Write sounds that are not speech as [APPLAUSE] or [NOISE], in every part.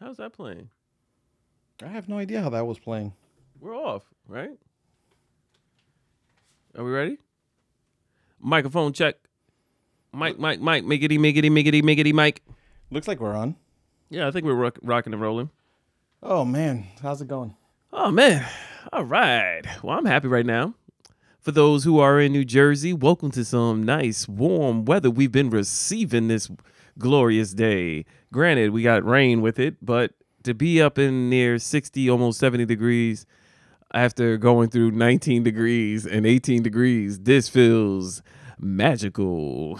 How's that playing? I have no idea how that was playing. We're off, right? Are we ready? Microphone check. Mike, Mike, Mike, miggity, miggity, miggity, miggity, Mike. Looks like we're on. Yeah, I think we're rock- rocking and rolling. Oh man, how's [LAUGHS] it going? Oh man. All right. Well, I'm happy right now. For those who are in New Jersey, welcome to some nice warm weather we've been receiving this glorious day. Granted, we got rain with it, but to be up in near 60 almost 70 degrees after going through 19 degrees and 18 degrees, this feels magical.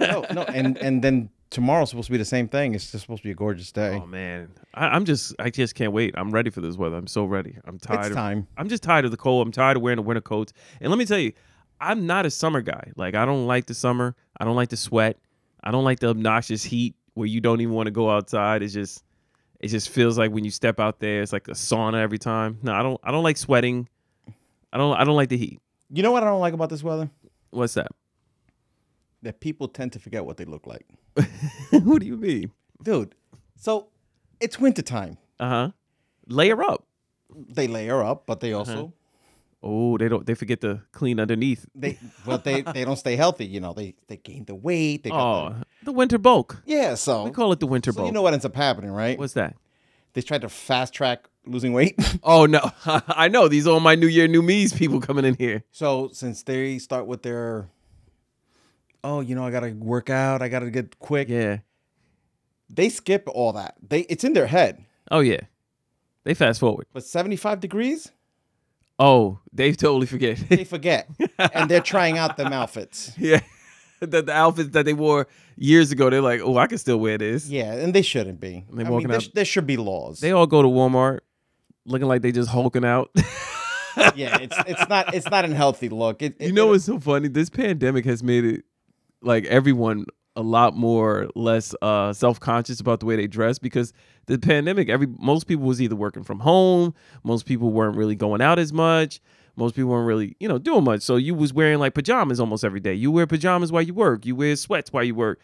Oh no, and and then tomorrow's supposed to be the same thing. It's just supposed to be a gorgeous day. Oh man, I, I'm just I just can't wait. I'm ready for this weather. I'm so ready. I'm tired. It's of, time. I'm just tired of the cold. I'm tired of wearing the winter coats. And let me tell you, I'm not a summer guy. Like I don't like the summer. I don't like the sweat. I don't like the obnoxious heat where you don't even want to go outside. It's just it just feels like when you step out there, it's like a sauna every time. No, I don't. I don't like sweating. I don't. I don't like the heat. You know what I don't like about this weather? What's that? That people tend to forget what they look like. what do you mean? Dude, so it's wintertime. Uh huh. Layer up. They layer up, but they also Uh-huh. Oh, they don't. They forget to clean underneath. they but they they don't stay healthy, you know. They they gain the weight, they got Oh, the winter bulk. the, Yeah, so We call it the winter so bulk. you know what ends up happening, right? What's that? they tried to fast track losing weight. [LAUGHS] Oh no, [LAUGHS] I know these are all my New Year, New Me's people coming in here. So since they start with their, oh, you know, I gotta work out, I gotta get quick. Yeah. They skip all that. They it's in their head. Oh yeah. They fast forward. But seventy five degrees, Oh, they totally forget. [LAUGHS] they forget, and they're trying out them outfits. yeah. The, the outfits that they wore years ago, they're like, oh, I can still wear this. Yeah, and they shouldn't be. They I walking mean, there, out- sh- there should be laws. They all go to Walmart looking like they just hulking out. [LAUGHS] yeah, it's it's not it's not a healthy look. It, you it- know it- what's so funny? This pandemic has made it like everyone a lot more less uh, self-conscious about the way they dress because the pandemic every most people was either working from home most people weren't really going out as much most people weren't really you know doing much so you was wearing like pajamas almost every day you wear pajamas while you work you wear sweats while you work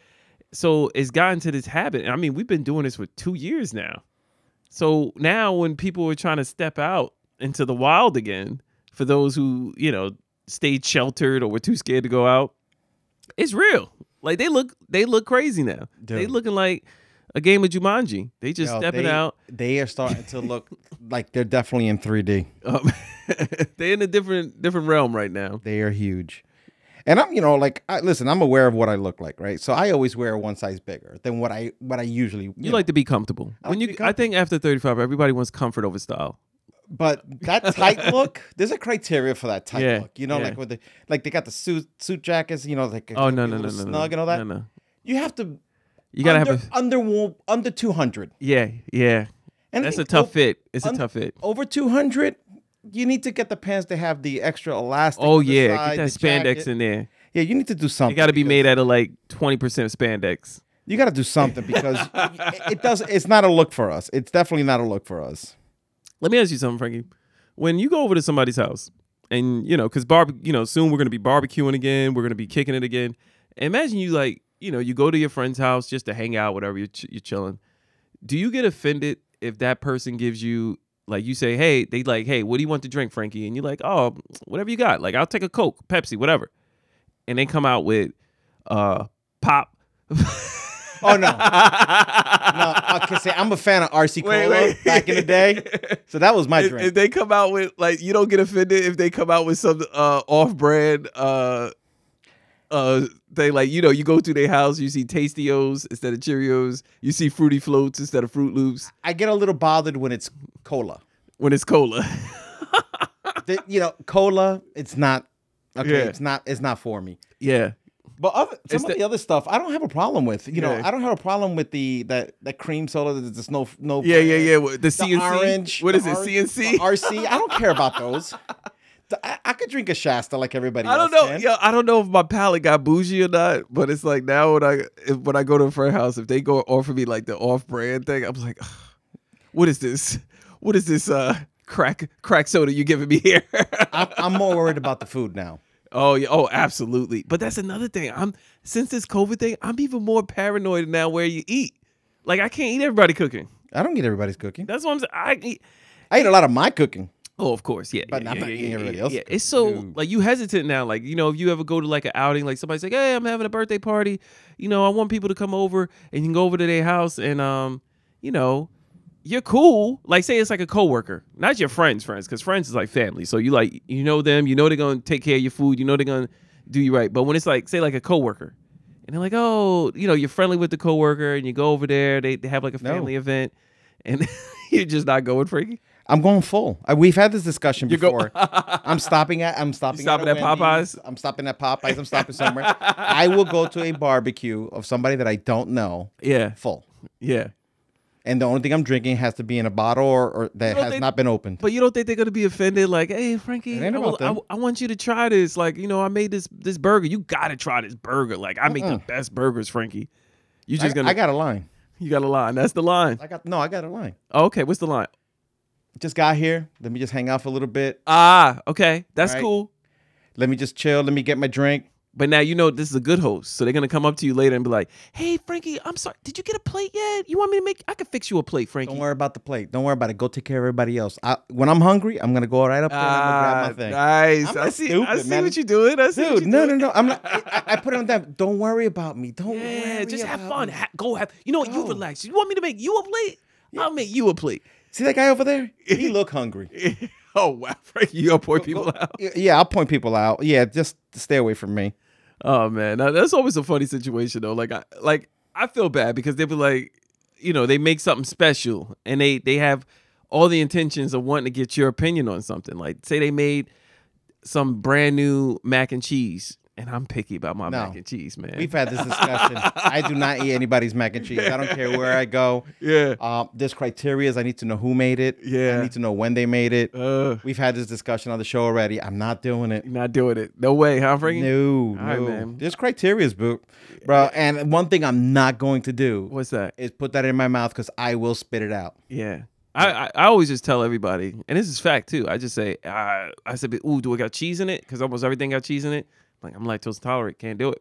so it's gotten to this habit i mean we've been doing this for two years now so now when people are trying to step out into the wild again for those who you know stayed sheltered or were too scared to go out. It's real. Like they look they look crazy now. They Dude. looking like a game of Jumanji. They just yo, stepping they- [LAUGHS] out. They are starting to look like they're definitely in three D. Um, [LAUGHS] they're in a different different realm right now. They are huge. And I'm, you know, like, I, listen, I'm aware of what I look like, right? So I always wear one size bigger than what I what I usually. You like to be comfortable. I when like you to be I think after 35 everybody wants comfort over style. But that [LAUGHS] tight look, there's a criteria for that tight Yeah, look. You know, yeah. like with the like they got the suit suit jackets. You know, like Oh it's no no no no, gotta be a little no snug and all that. No, no. You have to. You got to have under, a under warm- under two hundred. Yeah, yeah. And I oh, That's a think tough o- fit. It's a un- tough fit. Over two hundred, you need to get the pants that have the extra elastic. Oh to the yeah, get side, that the spandex jacket. in there. Yeah, you need to do something. It got to be because- made out of like 20% spandex. You got to do something [LAUGHS] because it, it does. It's not a look for us. It's definitely not a look for us. let me ask you something, Frankie. When you go over to somebody's house, and you know, because barbe, you know, soon we're gonna be barbecuing again. We're gonna be kicking it again. Imagine you like, you know, you go to your friend's house just to hang out, whatever. You're ch- you're chilling. Do you get offended if that person gives you like you say, hey, they like, hey, what do you want to drink, Frankie? And you're like, oh, whatever you got. Like, I'll take a Coke, Pepsi, whatever. And they come out with, uh, pop. [LAUGHS] Oh no, no. Okay, say I'm a fan of RC [LAUGHS] Wait, Cola wait. back in the day, [LAUGHS] so that was my if, drink. if they come out with like you don't get offended if they come out with some uh off-brand uh uh they like you know you go to their house you see tastios instead of cheerios you see fruity floats instead of fruit loops I get a little bothered when it's cola. when it's cola [LAUGHS] The- you know, cola. It's not. Okay, Yeah. it's not. It's not for me. yeah But other, some It's of the- the, other stuff, I don't have a problem with. You know, Yeah. I don't have a problem with the that that cream soda. There's just no no. yeah yeah brand. yeah what- the, The cnc orange. what the is it orange- cnc the RC. I don't care about those. The- I, I could drink a Shasta like everybody. I don't else know. can. Yo, I don't know if my palate got bougie or not, but it's like now when I if, when I go to a friend house, if they go offer me like the off brand thing, I'm like, "Ugh, what is this? What is this uh crack crack soda you giving me here? [LAUGHS] I'm, I'm more worried about the food now. oh yeah, oh absolutely. But that's another thing. I'm since this COVID thing, I'm even more paranoid now where you eat. Like I can't eat everybody cooking. I don't get everybody's cooking. That's what I'm saying. I eat- I eat a lot of my cooking. oh, of course, yeah. But yeah, I'm yeah, not yeah, eating yeah, everybody yeah, else's yeah. It's so food. like you hesitant now. Like you know, if you ever go to like an outing, like somebody's like, "Hey, I'm having a birthday party," you know, I want people to come over, and you can go over to their house, and um, you know, you're cool. Like say it's like a coworker, not your friends, friends, because friends is like family. So you like you know them, you know they're gonna take care of your food, you know they're gonna do you right. But when it's like say like a coworker, and they're like, oh, you know, you're friendly with the coworker, and you go over there, they, they have like a No. family event, and [LAUGHS] you're just not going, Frankie. I'm going full. I, we've had this discussion You go- [LAUGHS] before. I'm stopping at I'm stopping, stopping a at Popeyes? Wendy's. I'm stopping at Popeyes. I'm stopping somewhere. I will go to a barbecue of somebody that I don't know Yeah, full. yeah. And the only thing I'm drinking has to be in a bottle or, or that know, has they- not been opened. But you don't think they're gonna be offended? Like, hey, Frankie, It ain't I, about I- them. I want you to try this. Like, you know, I made this this burger. You gotta try this burger. Like, I make the best burgers, Frankie. You I, just gonna I got a line. you got a line. That's the line. Oh, I got no, I got a line. Okay, what's the line? Just got here. Let me just hang out for a little bit. Ah, okay, that's Right. cool. Let me just chill. Let me get my drink. But now you know this is a good host, so they're gonna come up to you later and be like, "Hey, Frankie, I'm sorry. Did you get a plate yet? You want me to make? I can fix you a plate, Frankie." Don't worry about the plate. Don't worry about it. Go take care of everybody else. I, when I'm hungry, I'm gonna go right up there and I'm Ah, gonna grab my thing. nice. I'm I not see. I stupid, see man. what you're doing. I see what Dude, you're no, doing. no, no. I'm not. I, I put it on that. Don't worry about me. Don't Yeah, worry. just have about fun. me. Ha- go have. You know what? You Go. relax. You want me to make you a plate? I'll make you a plate. See that guy over there? [LAUGHS] He look hungry. [LAUGHS] oh wow, Frank, you gonna point people out. Y- Yeah, I'll point people out. Yeah, just stay away from me. [LAUGHS] Oh man, now, that's always a funny situation though. Like I like I feel bad because they be like, you know, they make something special and they they have all the intentions of wanting to get your opinion on something. Like say they made some brand new mac and cheese, and I'm picky about my No. mac and cheese, man. We've had this discussion. I do not eat anybody's mac and cheese. I don't care where I go. yeah. Um, there's criteria. I need to know who made it. Yeah. I need to know when they made it. Uh, We've had this discussion on the show already. I'm not doing it. not doing it. No way, huh, Frankie? No, right, no. man. There's criteria's boo, bro. And one thing I'm not going to do What's that? is put that in my mouth because I will spit it out. Yeah. I, I, I always just tell everybody, and this is fact too. I just say, uh, I said, ooh, do it got cheese in it? Because almost everything got cheese in it. Like I'm lactose intolerant, can't do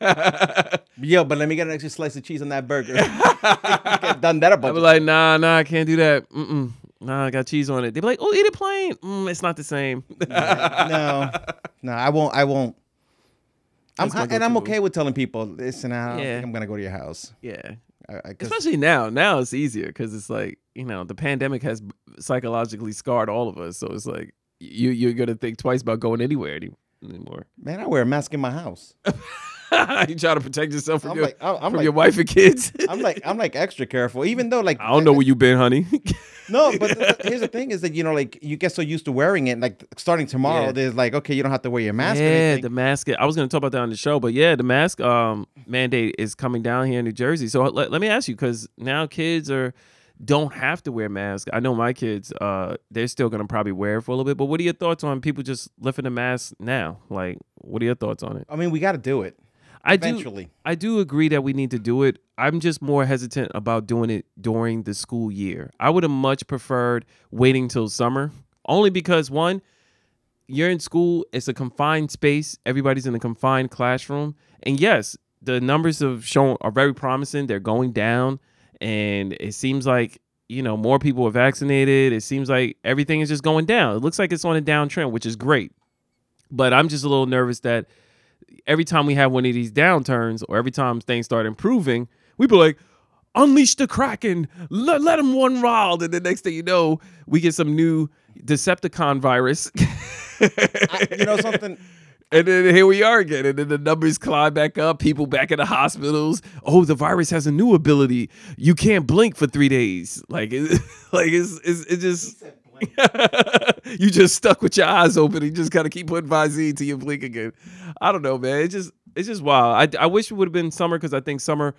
it. Yo, but let me get an extra slice of cheese on that burger. [LAUGHS] I've done that a I bunch. be of- like, nah, nah, I can't do that. Mm-mm. Nah, I got cheese on it. They be like, oh, eat it plain. Mm, it's not the same. [LAUGHS] no, no, I won't. I won't. I'm, That's my I- and I'm go-to. okay with telling people, listen, I don't Yeah. think I'm gonna go to your house. yeah, I, I, 'cause especially now. Now it's easier because it's like you know the pandemic has psychologically scarred all of us. So it's like you you're gonna think twice about going anywhere any- anymore. [LAUGHS] man, I wear a mask in my house. you try to protect yourself [LAUGHS] from I'm your like, I'm, I'm from like, your wife and kids. I'm like, I'm like extra careful, even though [LAUGHS] like I don't know where you been, honey. [LAUGHS] [LAUGHS] No, but the, the- here's the thing: is that you know, like you get so used to wearing it, like starting tomorrow, Yeah. there's like, okay, you don't have to wear your mask. or yeah, anything. the mask. I was gonna talk about that on the show, but yeah, the mask um mandate is coming down here in New Jersey. So let, let me ask you, because now kids are don't have to wear masks. I know my kids, uh, they're still gonna probably wear it for a little bit. But what are your thoughts on people just lifting the mask now? Like, what are your thoughts on it? I mean, we got to do it I do. eventually. I do agree that we need to do it. I'm just more hesitant about doing it during the school year. I would have much preferred waiting till summer, only because one, you're in school, it's a confined space, everybody's in a confined classroom. And yes, the numbers of shown are very promising. They're going down and it seems like, you know, more people are vaccinated. It seems like everything is just going down. It looks like it's on a downtrend, which is great. But I'm just a little nervous that every time we have one of these downturns or every time things start improving, we be like, unleash the Kraken, let, let them one wild. And the next thing you know, we get some new Decepticon virus. [LAUGHS] you know something? And then here we are again. And then the numbers climb back up, people back in the hospitals. Oh, the virus has a new ability. You can't blink for three days. Like, it, [LAUGHS] like it's, it's, it just. [LAUGHS] you just stuck with your eyes open. You just gotta keep putting Visine till you blink again. I don't know, man. It's just it's just wild. I, I wish it would have been summer because I think summer,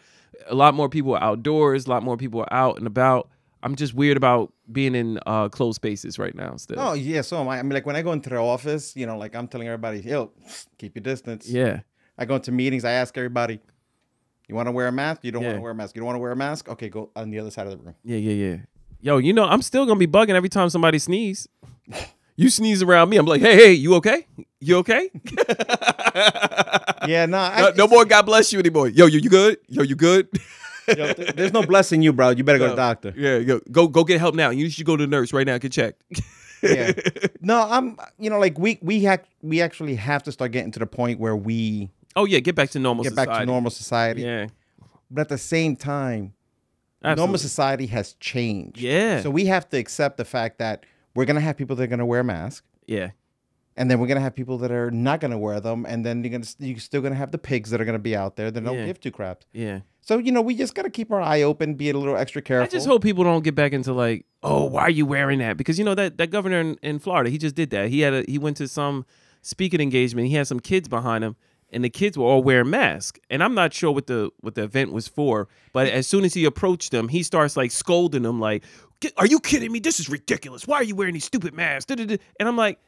a lot more people are outdoors. A lot more people are out and about. I'm just weird about being in uh, closed spaces right now. Still, Oh yeah, so am I. I mean, like when I go into the office, you know, like I'm telling everybody, yo, [SNIFFS] keep your distance. yeah, I go into meetings. I ask everybody, you want to wear a mask? You don't want Yeah. to wear a mask. You don't want to wear a mask? Okay, go on the other side of [LAUGHS] the room. Yeah, yeah, yeah. Yo, you know, I'm still gonna be bugging every time somebody sneeze. You sneeze around me, I'm like, hey, hey, you okay? You okay? Yeah, nah, I, no, no more God bless you anymore. Yo, you, you good? [LAUGHS] Yo, you good? [LAUGHS] Yo, th- there's no blessing you, bro. You better go to the doctor. Yeah, yo, go go get help now. You should go to the nurse right now. Get checked. [LAUGHS] yeah. No, I'm. You know, like we we ha- we actually have to start getting to the point where we Oh yeah, get back to normal. get back to society. normal society. Yeah, But at the same time, normal absolutely. society has changed. Yeah. So we have to accept the fact that we're gonna have people that are gonna wear masks, Yeah, and then we're gonna have people that are not gonna wear them, and then you're gonna you're still gonna have the pigs that are gonna be out there that don't Yeah. give two craps. yeah. So you know, we just gotta keep our eye open, be a little extra careful. I just hope people don't get back into like, oh, why are you wearing that? Because you know that that governor in, in Florida, he just did that. He had a he went to some speaking engagement. He had some kids behind him, and the kids were all wearing masks. And I'm not sure what the what the event was for, but as soon as he approached them, he starts like scolding them, like, "Get- "Are you kidding me? This is ridiculous. Why are you wearing these stupid masks?" Da-da-da. And I'm like.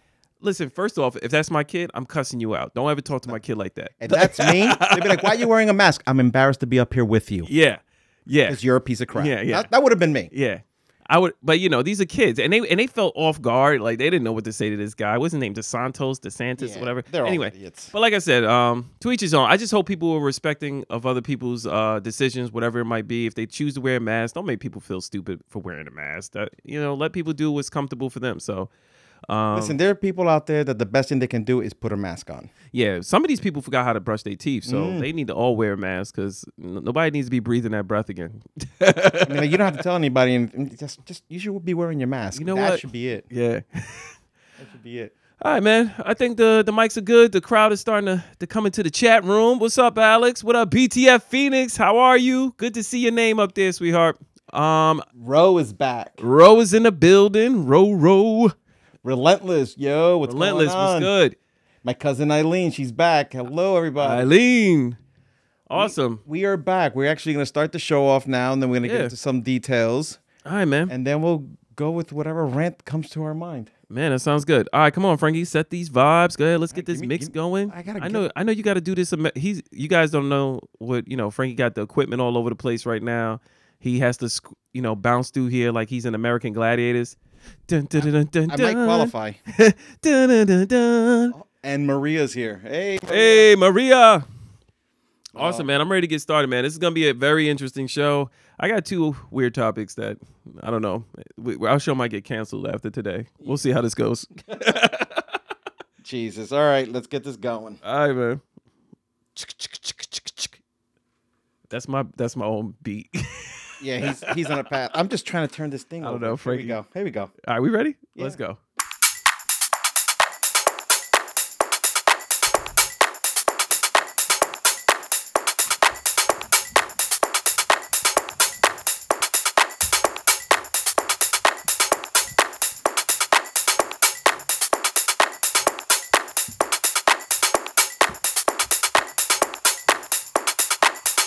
Listen, first off, if that's my kid, I'm cussing you out. Don't ever talk to my kid like that. If that's [LAUGHS] me, they'd be like, "Why are you wearing a mask?" I'm embarrassed to be up here with you Yeah. Yeah. because you're a piece of crap. Yeah, yeah. That, that would have been me. Yeah. I would but you know, these are kids and they and they felt off guard. Like they didn't know what to say to this guy. What's his name? DeSantos, DeSantis, Yeah, whatever. they're all anyway. idiots. But like I said, um, to each his own. I just hope people are respecting of other people's uh decisions, whatever it might be. If they choose to wear a mask, don't make people feel stupid for wearing a mask. That you know, let people do what's comfortable for them. So um Listen, there are people out there that the best thing they can do is put a mask on. yeah, some of these people forgot how to brush their teeth, so Mm. they need to all wear masks because nobody needs to be breathing that breath again. I mean, like, you don't have to tell anybody, and- and just just you should be wearing your mask. You know that what? should be it. [LAUGHS] Yeah. That should be it. All right, man. I think the the mics are good. The crowd is starting to, to come into the chat room. What's up, Alex? What up, BTF Phoenix? How are you? Good to see your name up there, sweetheart. Um, Row is back. Ro is in the building. Ro, Ro, Relentless, yo. What's relentless. Going What's on? good, My cousin Eileen, she's back. Hello, everybody. Eileen? Awesome. we are back. We're actually gonna start the show off now, and then we're gonna Yeah. get into some details, All right, man. and then we'll go with whatever rant comes to our mind. Man, that sounds good. All right, come on, Frankie. Set these vibes. Go ahead. Let's get give this me- mix give me- going. I gotta I know. I know you got to do this. ama- He's. You guys don't know what you know. Frankie got the equipment all over the place right now. He has to, sc- you know, bounce through here like he's in American Gladiators. Dun, dun, dun, dun, dun, I might dun. qualify. [LAUGHS] Oh, Dun, dun, dun, dun. And Maria's here. Hey. Hey, Maria. Oh. Awesome, man. I'm ready to get started, man. This is gonna be a very interesting show. I got two weird topics that I don't know. We- Our show might get canceled after today. We'll see how this goes. Jesus. All right, let's get this going. All right, man. That's my that's my own beat. [LAUGHS] Yeah, he's he's on a path. I'm just trying to turn this thing. I don't over. know, Frankie. Here we go. Here we go. All right, we ready? Yeah. Let's go.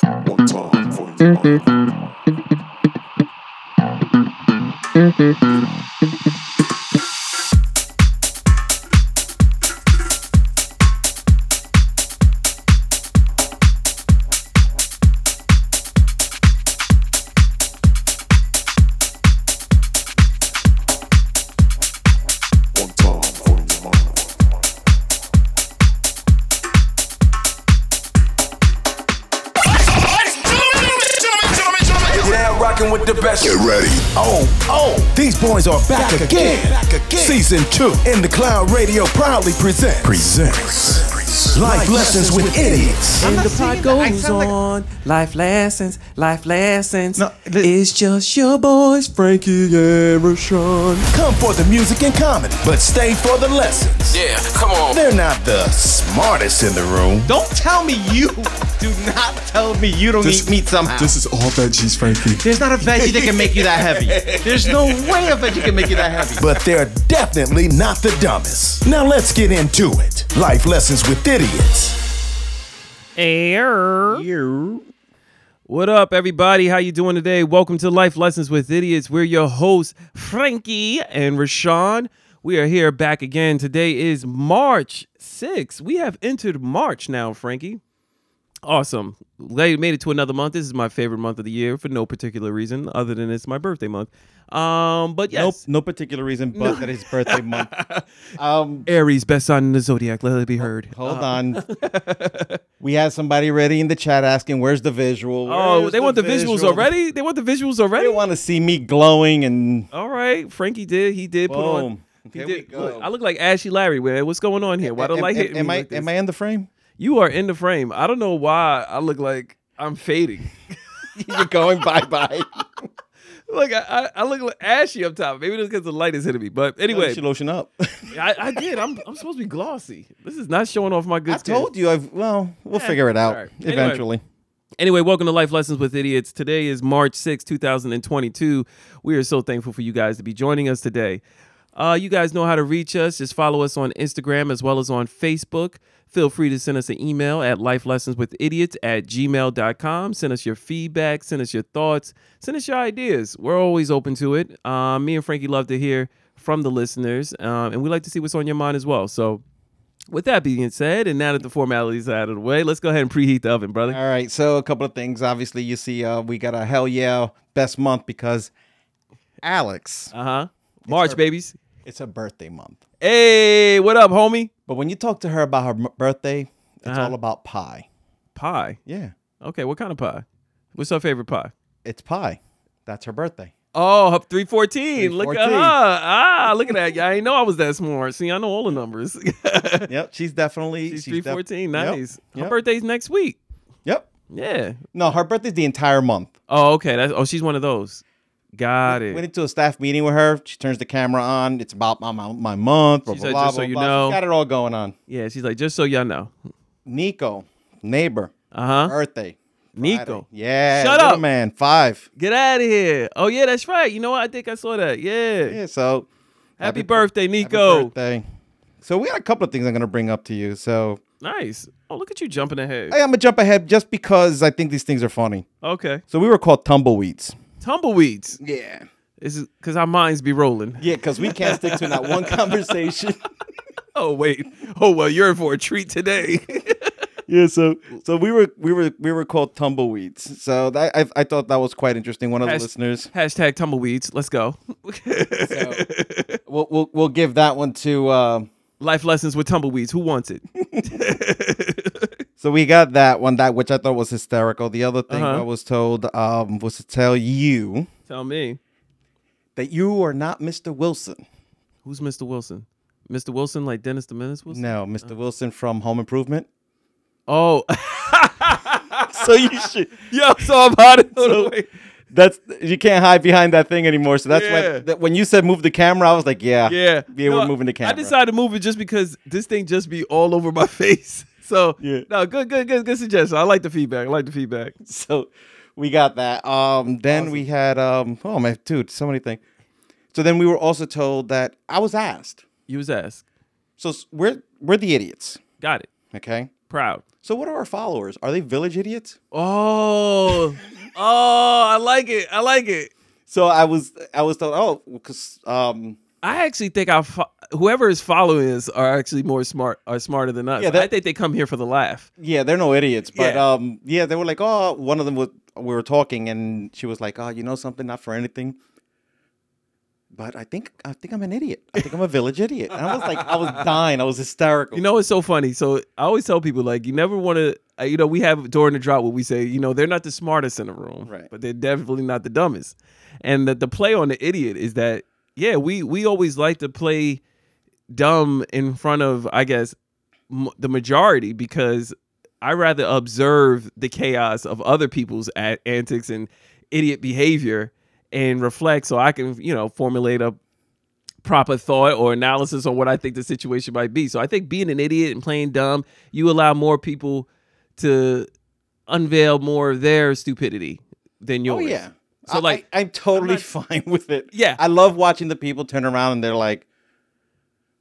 One time for your mind. One time for your mind. You're now rocking with the best. Get ready. Oh, oh, these boys are back, again. Back again. Season two. In the Cloud Radio proudly presents. Presents. Life, lessons, with idiots. And the pot goes on. Life lessons, life lessons. it's just your boys, Frankie and Rashawn. Come for the music and comedy, but stay for the lessons. Yeah, come on. They're not the smartest in the room. Don't tell me you. Do not tell me you don't eat meat somehow. This is all veggies, Frankie. There's not a veggie that can make you that heavy. There's no way a veggie can make you that heavy. But they're definitely not the dumbest. Now let's get into it. Life lessons with idiots. Air. What up, everybody? How you doing today? Welcome to Life Lessons with Idiots. We're your hosts, Frankie and Rashawn. We are here back again. Today is March 6th. We have entered March now, Frankie. Awesome. Glad you made it to another month. This is my favorite month of the year for no particular reason other than it's my birthday month. Um, but Nope, yes, no particular reason, but that his birthday month. Um, Aries, best sign in the zodiac. Let it be heard. [LAUGHS] hold on. we had somebody ready in the chat asking, "Where's the visual?" Oh, Where's they want the visuals visual?" already. They want the visuals already. They want to see me glowing and All right, Frankie did. He did put on. Boom. He Here we did. go. Look, I look like Ashley Larry. man. What's going on here? Why don't am, I hit am, me am I like this? am I in the frame? You are in the frame. I don't know why I look like I'm fading. [LAUGHS] You're going bye bye. [LAUGHS] Look, I, I, I look like ashy up top. Maybe that's because the light is hitting me. But Anyway, anyway, should [LAUGHS] lotion up. I, I did. I'm, I'm supposed to be glossy. This is not showing off my good I told you. I've well, we'll figure it out all right. Anyway. eventually. Anyway, welcome to Life Lessons with Idiots. Today is March sixth, two 2022. We are so thankful for you guys to be joining us today. Uh, you guys know how to reach us. Just follow us on Instagram as well as on Facebook. Feel free to send us an email at lifelessonswithidiots at gmail.com. Send us your feedback, send us your thoughts, send us your ideas. We're always open to it. Uh, me and Frankie love to hear from the listeners, um, and we like to see what's on your mind as well. So, with that being said, and now that the formalities are out of the way, let's go ahead and preheat the oven, brother. All right. So a couple of things. Obviously, you see, uh, we got a hell yeah best month because Alex, Uh huh. March, babies. it's her birthday month. Hey, what up, homie? But when you talk to her about her m- birthday, it's Uh-huh. all about pie. Pie. Yeah, Okay, what kind of pie? What's her favorite pie? it's pie. That's her birthday. Oh, her- 314. Look at her. 314. Ah, look at that. Yeah, I didn't know I was that smart. See, I know all the numbers. [LAUGHS] [LAUGHS] she's Yep, she's definitely def- 314. Yep, nice. Her Yep, birthday's next week. yep. Yeah. No, her birthday's the entire month. Oh, okay. That's, oh, she's one of those. Got it. Went into a staff meeting with her. She turns the camera on. It's about my my, my month. Blah She blah said, blah. "Just so blah, you blah." She's know. got it all going on. yeah, she's like, just so y'all know. Nico, neighbor, Uh huh. birthday. Nico. Friday. Yeah. Shut little up. man. Five. Get out of here. Oh, yeah, that's right. You know what? I think I saw that. Yeah. Yeah. So Happy, Happy birthday, happy Nico. birthday. So we got a couple of things I'm gonna bring up to you. So Nice. Oh, look at you jumping ahead. hey, I'm gonna jump ahead just because I think these things are funny. Okay. So we were called tumbleweeds. Tumbleweeds. Yeah. This is because our minds be rolling. Yeah, because we can't stick to not one [LAUGHS] conversation. Oh wait. Oh well, you're in for a treat today. [LAUGHS] yeah, so so we were we were we were called tumbleweeds. So that, I I thought that was quite interesting. One of Has- the listeners, Hashtag tumbleweeds. Let's [LAUGHS] go. we'll we'll, we'll give that one to. um Life lessons with tumbleweeds. Who wants it? so we got that one that which I thought was hysterical. The other thing Uh-huh. I was told um, was to tell you Tell me. that you are not Mr. Wilson. Who's Mr. Wilson? Mr. Wilson, like Dennis the Menace Wilson? No, Mr. Uh. Wilson from [LAUGHS] Home Improvement. Oh, [LAUGHS] so you should. yo, so I'm out of So- the way. That's you can't hide behind that thing anymore. So that's Yeah. why that, when you said move the camera, I was like, yeah, Yeah. yeah, No, we're moving the camera. I decided to move it just because this thing just be all over my [LAUGHS] face. So Yeah. no, good, good, good, good suggestion. I like the feedback. I like the feedback. [LAUGHS] so we got that. Um, then we had um, oh my dude, so many things. So then we were also told that I was asked. You was asked. So s- we're we're the idiots, Got it. okay? Proud. So what are our followers? Are they village idiots? Oh, oh, I like it. I like it. So I was I was told oh because um I actually think I fo- whoever is following us are actually more smart are smarter than us. Yeah, that- I think they come here for the laugh. yeah they're no idiots but Yeah. um yeah they were like oh one of them was we were talking and she was like oh you know something not for anything. But I think I think I'm an idiot. I think I'm a village idiot. And I was like, I was dying. I was hysterical. You know, it's so funny. So I always tell people like you never want to. Uh, you know, we have during the drought what we say. You know, they're not the smartest in the room, Right. But they're definitely not the dumbest. And the, the play on the idiot is that yeah, we we always like to play dumb in front of I guess m- the majority because I rather observe the chaos of other people's a- antics and idiot behavior and reflect so I can, you know, formulate a proper thought or analysis on what I think the situation might be. So I think being an idiot and playing dumb, you allow more people to unveil more of their stupidity than Oh yours. yeah. So, I- like, I, am totally not- [LAUGHS] fine with it. Yeah. I love watching the people turn around and they're like,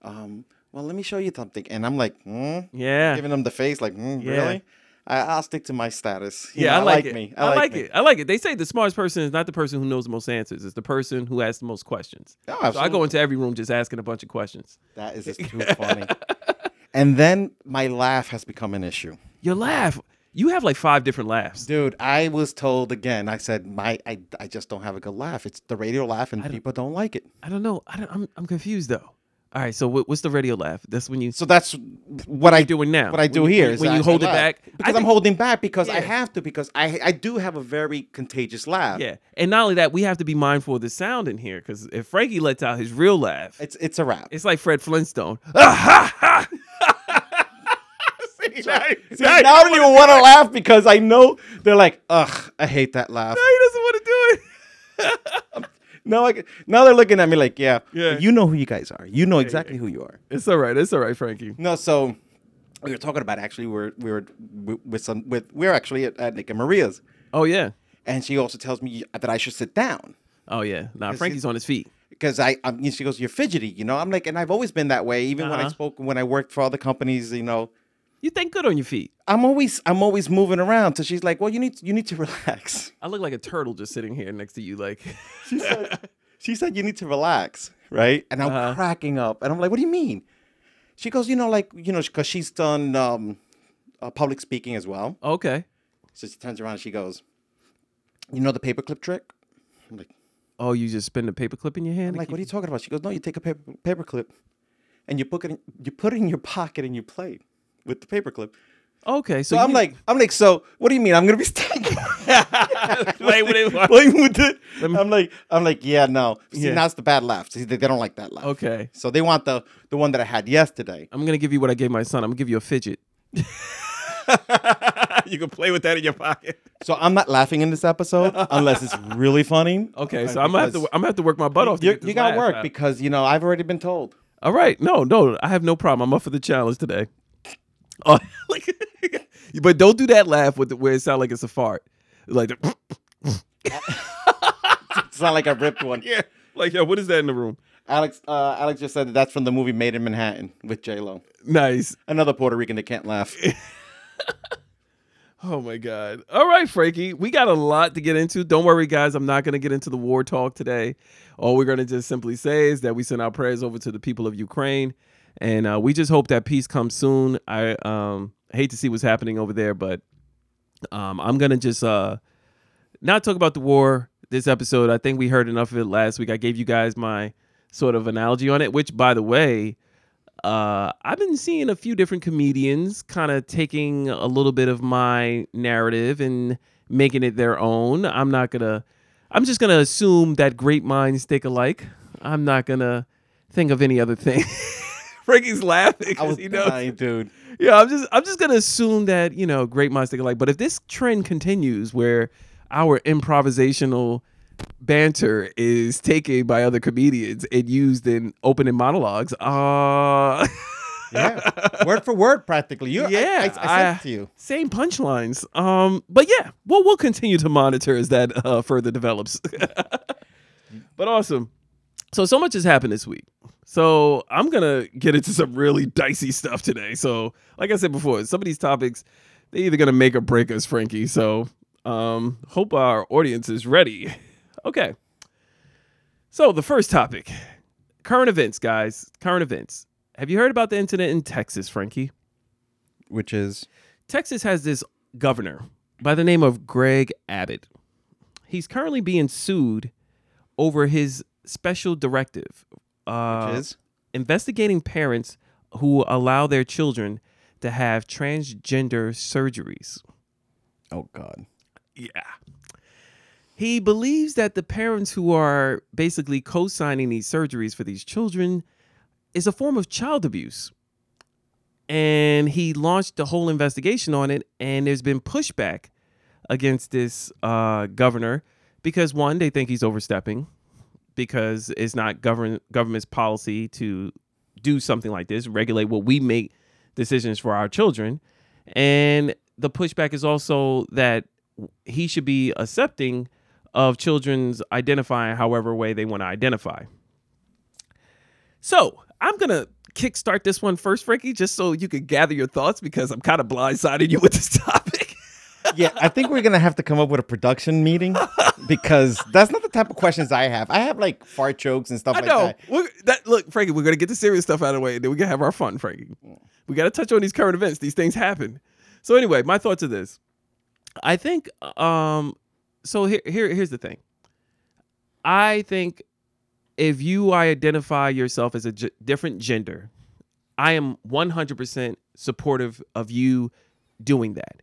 um, well, let me show you something, and I'm like, hmm? Yeah. giving them the face, like, mm, Yeah. really? I, I'll stick to my status. You yeah, know, I like, it. me. I, like me. it. I like it. They say the smartest person is not the person who knows the most answers; it's the person who asks the most questions. Oh, so I go absolutely. into every room just asking a bunch of questions. [LAUGHS] That is just too funny. And then my laugh has become an issue. Your laugh, You have like five different laughs. Dude, I was told again. I said my I, I just don't have a good laugh. It's the radio laugh, and people don't like it. I don't know. I don't, I'm I'm confused though. All right, so what, what's the radio laugh? That's when you So that's what I doing now. What I When do you- here is when you I- I hold it laugh. back. I because I'm think- holding back because Yeah. I have to because I I do have a very contagious laugh. yeah. And not only that, we have to be mindful of the sound in here because if Frankie lets out his real laugh, it's it's a wrap. it's like Fred [LAUGHS] Flintstone. [LAUGHS] See, [LAUGHS] now I don't even want to laugh because I know they're like, ugh, I hate that laugh. he doesn't want to do it. Now, I, c- now they're looking at me like, yeah, Yeah. you know who you guys are. You know exactly who you are. It's all right. It's all right, Frankie. No, so we were talking about actually we were we were w- with some with we are actually at, at Nick and Maria's, Oh yeah. and she also tells me that I should sit down Oh yeah. Nah, Frankie's on his feet. because I I'm, she goes you're fidgety, you know. I'm like, and I've always been that way, even when I Uh-huh. spoke when I worked for other companies, you know. You think good on your feet. I'm always I'm always moving around. So she's like, well, you need you need to [LAUGHS] relax. I look like a turtle just sitting here next to you. Like, [LAUGHS] She said you need to relax, right? And I'm cracking up, and I'm like, what do you mean? She goes, you know, like you know, because she's done um, uh, public speaking as well. okay. So she turns around and she goes, You know the paperclip trick? I'm like, Oh, you just spin the paperclip in your hand. I'm to like, keep- what are you talking about? She goes, No, you take a paper paperclip and you put it in, you put it in your pocket and you play with the paperclip. okay, so So I'm you- like, I'm like, so what do you mean? I'm gonna be standing [LAUGHS] Wait, what do you- [LAUGHS] playing with it. me- I'm like, I'm like, yeah, no. See, Yeah. now it's the bad laugh. See, they, they don't like that laugh. [LAUGHS] okay. So they want the the one that I had yesterday. I'm gonna give you what I gave my son. I'm gonna give [LAUGHS] you a fidget. you can play with that in your pocket. So I'm not laughing in this episode unless [LAUGHS] it's really funny. Okay, Uh, so I'm gonna have to. because I'm gonna have to work my butt off. To You, get this you got laugh work out. because you know I've already been told. All right, no, no, I have no problem. I'm up for the challenge today. [LAUGHS] Oh, like, [LAUGHS] but don't do that laugh with the, where it sounds like it's a fart. Like, the, [LAUGHS] It's not like I ripped one. [LAUGHS] yeah, like yeah. What is that in the room? Alex, uh, Alex just said that that's from the movie Made in Manhattan with J Lo. Nice. Another Puerto Rican that [LAUGHS] can't laugh. Oh my God. All right, Frankie. We got a lot to get into. Don't worry, guys. I'm not going to get into the war talk today. All we're going to just simply say is that we send our prayers over to the people of Ukraine. And uh, we just hope that peace comes soon. I um, hate to see what's happening over there, but um, I'm going to just uh, not talk about the war this episode. I think we heard enough of it last week. I gave you guys my sort of analogy on it, which, by the way, uh, I've been seeing a few different comedians kind of taking a little bit of my narrative and making it their own. I'm not gonna, I'm just gonna assume that great minds think alike. I'm not gonna think of any other thing. [LAUGHS] Frankie's laughing. I [LAUGHS] 'cause was he knows. dying, dude. Yeah, I'm just I'm just gonna assume that you know great minds think alike. But if this trend continues, where our improvisational banter is taken by other comedians and used in opening monologues, uh [LAUGHS] Yeah, word for word, practically. You, yeah, yeah, I, I, I- I said it to you. same punchlines. Um, but yeah, we'll we'll continue to monitor as that uh, further develops. [LAUGHS] but awesome. So so much has happened this week. So I'm gonna get into some really dicey stuff today. So like I said before, some of these topics they either gonna make or break us, Frankie. So um, hope our audience is ready. [LAUGHS] Okay. So the first topic, current events, guys. Current events. Have you heard about the incident in Texas, Frankie? Which is Texas has this governor by the name of Greg Abbott. He's currently being sued over his special directive, uh, is? investigating parents who allow their children to have transgender surgeries. oh god. Yeah. He believes that the parents who are basically co signing these surgeries for these children is a form of child abuse. And he launched the whole investigation on it, and there's been pushback against this uh, governor because one, they think he's overstepping because it's not govern government's policy to do something like this, regulate what we make decisions for our children. And the pushback is also that he should be accepting of children's identifying however way they want to identify. So I'm gonna kickstart this one first, Frankie, just so you can gather your thoughts because I'm kind of blindsiding you with this [LAUGHS] topic. Yeah, I think we're gonna have to come up with a production meeting because that's not the type of questions I have. I have like fart jokes and stuff I like know. that. We're, that look, Frankie, we're gonna get the serious stuff out of the way, and then we're gonna have our fun, Frankie. We gotta touch on these current events. These things happen. So anyway, my thoughts are this: I think um so here here here's the thing. I think if you identify yourself as a g- different gender, I am 100% supportive of you doing that.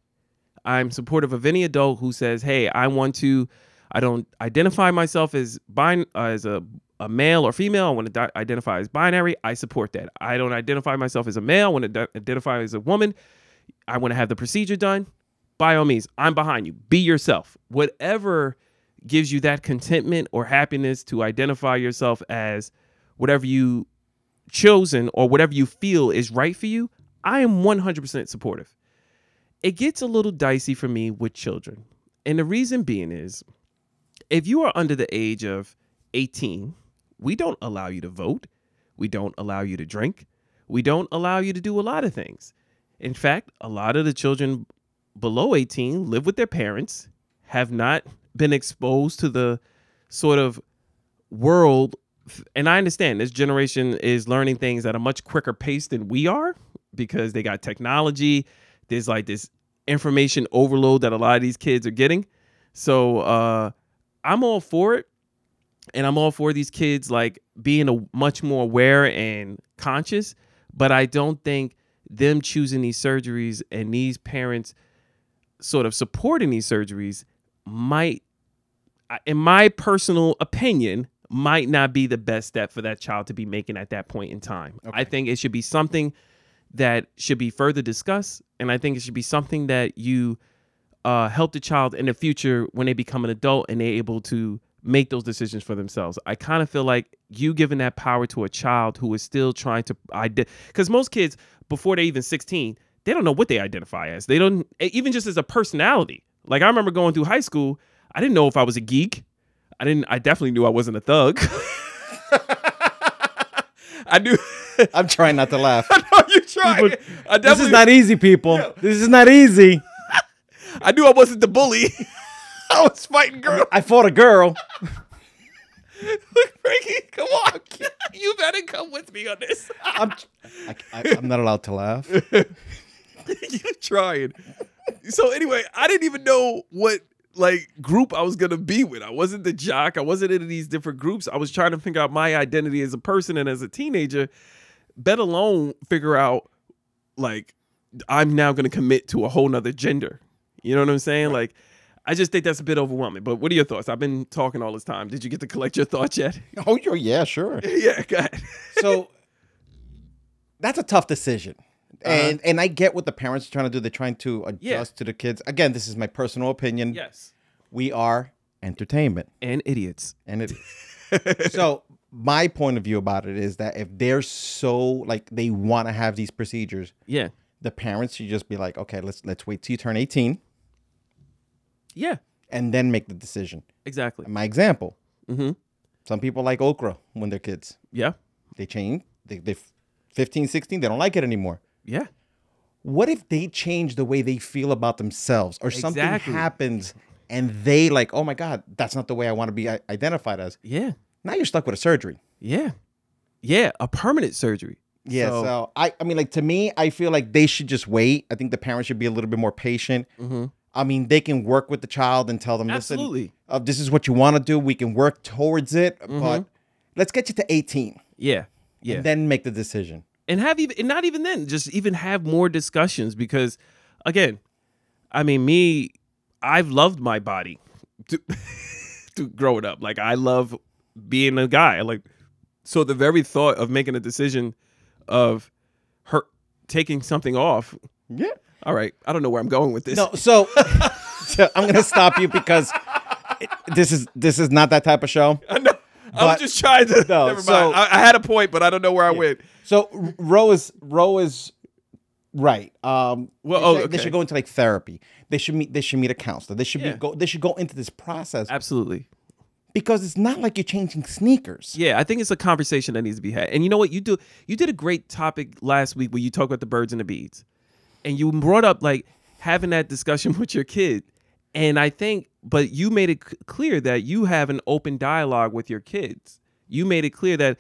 I'm supportive of any adult who says, "Hey, I want to I don't identify myself as bin- uh, as a a male or female. I want to di- identify as binary. I support that. I don't identify myself as a male. I want to di- identify as a woman. I want to have the procedure done. By all means, I'm behind you. Be yourself. Whatever gives you that contentment or happiness to identify yourself as whatever you chosen or whatever you feel is right for you, I am 100% supportive. It gets a little dicey for me with children. And the reason being is if you are under the age of 18, we don't allow you to vote. We don't allow you to drink. We don't allow you to do a lot of things. In fact, a lot of the children below 18 live with their parents, have not been exposed to the sort of world and i understand this generation is learning things at a much quicker pace than we are because they got technology there's like this information overload that a lot of these kids are getting so uh i'm all for it and i'm all for these kids like being a much more aware and conscious but i don't think them choosing these surgeries and these parents sort of supporting these surgeries might I- in my personal opinion, might not be the best step for that child to be making at that point in time. I think it should be something that should be further discussed, and I think it should be something that you uh, help the child in the future when they become an adult and they're able to make those decisions for themselves. I kind of feel like you giving that power to a child who is still trying to identify, because most kids before they're even 16, they don't know what they identify as. They don't e, even just as a personality. Like I remember going through high school, I didn't know if I was a geek. I didn't. I definitely knew I wasn't a thug. [LAUGHS] I knew. [LAUGHS] I'm trying not to laugh. you tried. I definitely. this is not easy, people. This is not easy. I knew I wasn't the bully. [LAUGHS] I was fighting girls. I fought a girl. Look, Frankie, come on. [LAUGHS] You better come with me on [LAUGHS] this. I'm, I, am not allowed to laugh. You're trying. So anyway, I didn't even know what like group I was gonna be with. I wasn't the jock. I wasn't into these different groups. I was trying to figure out my identity as a person and as a teenager. Let alone figure out like I'm now gonna commit to a whole nother gender. You know what I'm saying? Like. I just think that's a bit overwhelming. But what are your thoughts? I've been talking all this time. Did you get to collect your thoughts yet? [LAUGHS] [LAUGHS] Oh, you're, yeah, sure. yeah, go ahead. So that's a tough decision. And and I get what the parents are trying to do. They're trying to adjust Uh-huh. Yeah. to the kids. Again, this is my personal opinion. Yes. We are entertainment. And idiots. and it is. so my point of view about it is that if they're so like they want to have these procedures, Yeah. the parents should just be like, okay, let's let's wait till you turn 18 Yeah. and then make the decision. Exactly. My example, Mhm. some people like okra when they're kids. Yeah. They change, they, they 15, 16, they don't like it anymore. Yeah. What if they change the way they feel about themselves or something Exactly. happens and they like, oh my God, that's not the way I want to be i- identified as. Yeah. Now you're stuck with a surgery. Yeah. Yeah. A permanent surgery. Yeah, so, I, I mean, like to me, I feel like they should just wait. I think the parents should be a little bit more patient. I mean, they can work with the child and tell them, listen, Mm-hmm. Absolutely. uh, this is what you want to do. We can work towards it, but let's get you to 18 Yeah. Mm-hmm. Yeah. and then make the decision. and have even and not even then just even have more discussions because again i mean me i've loved my body to, [LAUGHS] to growing up like i love being a guy like so the very thought of making a decision of her taking something off Yeah. all right i don't know where i'm going with this No, so, [LAUGHS] so I'm going to stop you because it- this is this is not that type of show. [LAUGHS] i was but- just trying to No, never mind so- I, I had a point but i don't know where i went So R- Roe is Roe is right. Um, Well, they oh, should- they okay. should go into like therapy. They should meet. They should meet a counselor. They should Yeah. be go. They should go into this process absolutely because it's not like you're changing sneakers. Yeah, I think it's a conversation that needs to be had. And you know what? You do you did a great topic last week where you talked about the birds and the bees. And you brought up like having that discussion [LAUGHS] with your kid. And I think but you made it c- clear that you have an open dialogue with your kids. You made it clear that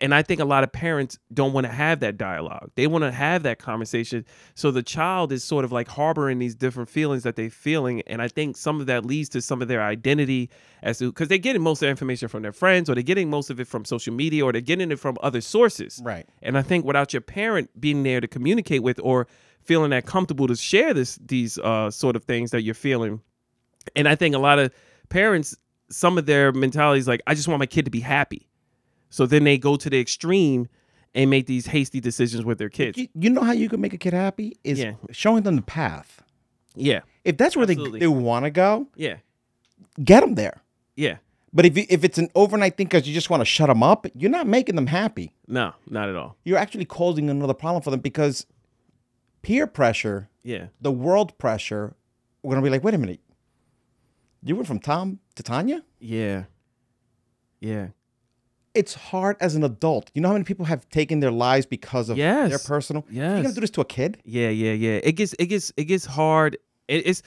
And I think a lot of parents don't want to have that dialogue. They want to have that conversation. So the child is sort of like harboring these different feelings that they're feeling. And I think some of that leads to some of their identity as to because they're getting most of their information from their friends or they're getting most of it from social media or they're getting it from other sources. Right. And I think without your parent being there to communicate with or feeling that comfortable to share this these uh, sort of things that you're feeling, and I think a lot of parents, some of their mentality is like, I just want my kid to be happy. So then they go to the extreme and make these hasty decisions with their kids. You, you know how you can make a kid happy is Yeah. showing them the path. Yeah, If that's where Absolutely. they, they want to go, yeah, get them there. yeah. But if you, if it's an overnight thing because you just want to shut them up, you're not making them happy. No, not at all. You're actually causing another problem for them because peer pressure, Yeah, the world pressure, we're gonna be like, wait a minute, you went from Tom to Tanya. yeah, yeah. It's hard as an adult. You know how many people have taken their lives because of their Yes. personal. Yes. You're gonna do this to a kid. Yeah, yeah, yeah. It gets it gets it gets hard. It, it's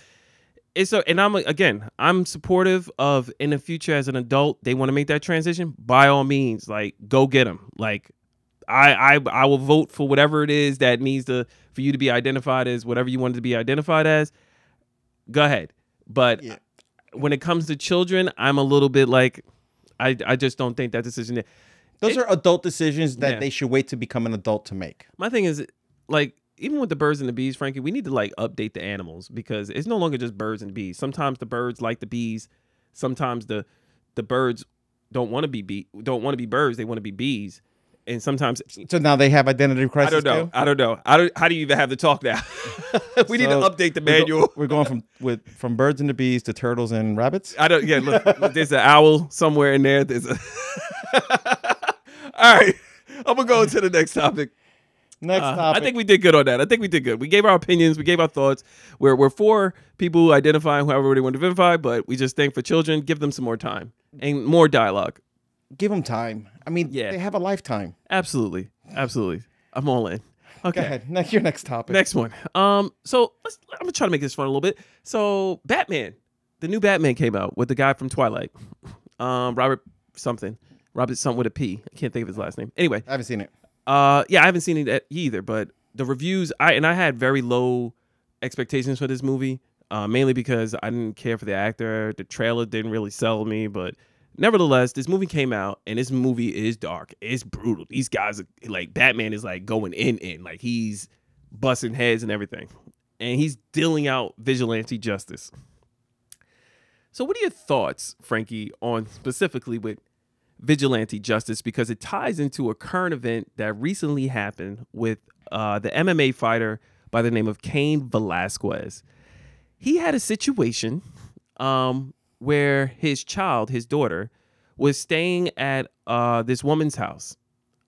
it's a, and I'm again, I'm supportive of in the future as an adult, they want to make that transition. By all means, like go get them. Like I I I will vote for whatever it is that needs to for you to be identified as whatever you wanted to be identified as. Go ahead. But Yeah. when it comes to children, I'm a little bit like I I just don't think that decision Those are adult decisions that Yeah. they should wait to become an adult to make. my thing is like even with the birds and the bees frankie we need to like update the animals because it's no longer just birds and bees sometimes the birds like the bees sometimes the the birds don't want to be bee don't want to be birds they want to be bees and sometimes So now they have identity i crisis. don't know i don't know I don't, how do you even have the talk now [LAUGHS] we need to update the manual [LAUGHS] We're going from with from birds and the bees to turtles and rabbits. I don't. Yeah, look, look, there's an owl somewhere in there. There's a. [LAUGHS] All right, I'm gonna go to the next topic. Next Uh, [LAUGHS] I topic. think we did good on that. I think we did good. We gave our opinions. We gave our thoughts. We're we're for people who identify however they want to identify, but we just think for children, give them some more time and more dialogue. give them time. I mean, Yeah. they have a lifetime. Absolutely, absolutely. I'm all in. Okay. Go ahead. [LAUGHS] Next, your next topic. Next one. Um, so let's, I'm gonna try to make this fun a little bit. So Batman, the new Batman came out with the guy from Twilight, um, Robert something, Robert something with a P. I can't think of his last name. Anyway, I haven't seen it. uh, yeah, I haven't seen it either, but the reviews, I and I had very low expectations for this movie, uh, mainly because I didn't care for the actor. The trailer didn't really sell me, but nevertheless, this movie came out, and this movie is dark. It's brutal. These guys, are, like Batman, is like going in, in like he's busting heads and everything, and he's dealing out vigilante justice. So, what are your thoughts, Frankie, on specifically with vigilante justice because it ties into a current event that recently happened with uh, the MMA fighter by the name of Cain Velasquez. He had a situation um, where his child, his daughter, was staying at uh, this woman's house.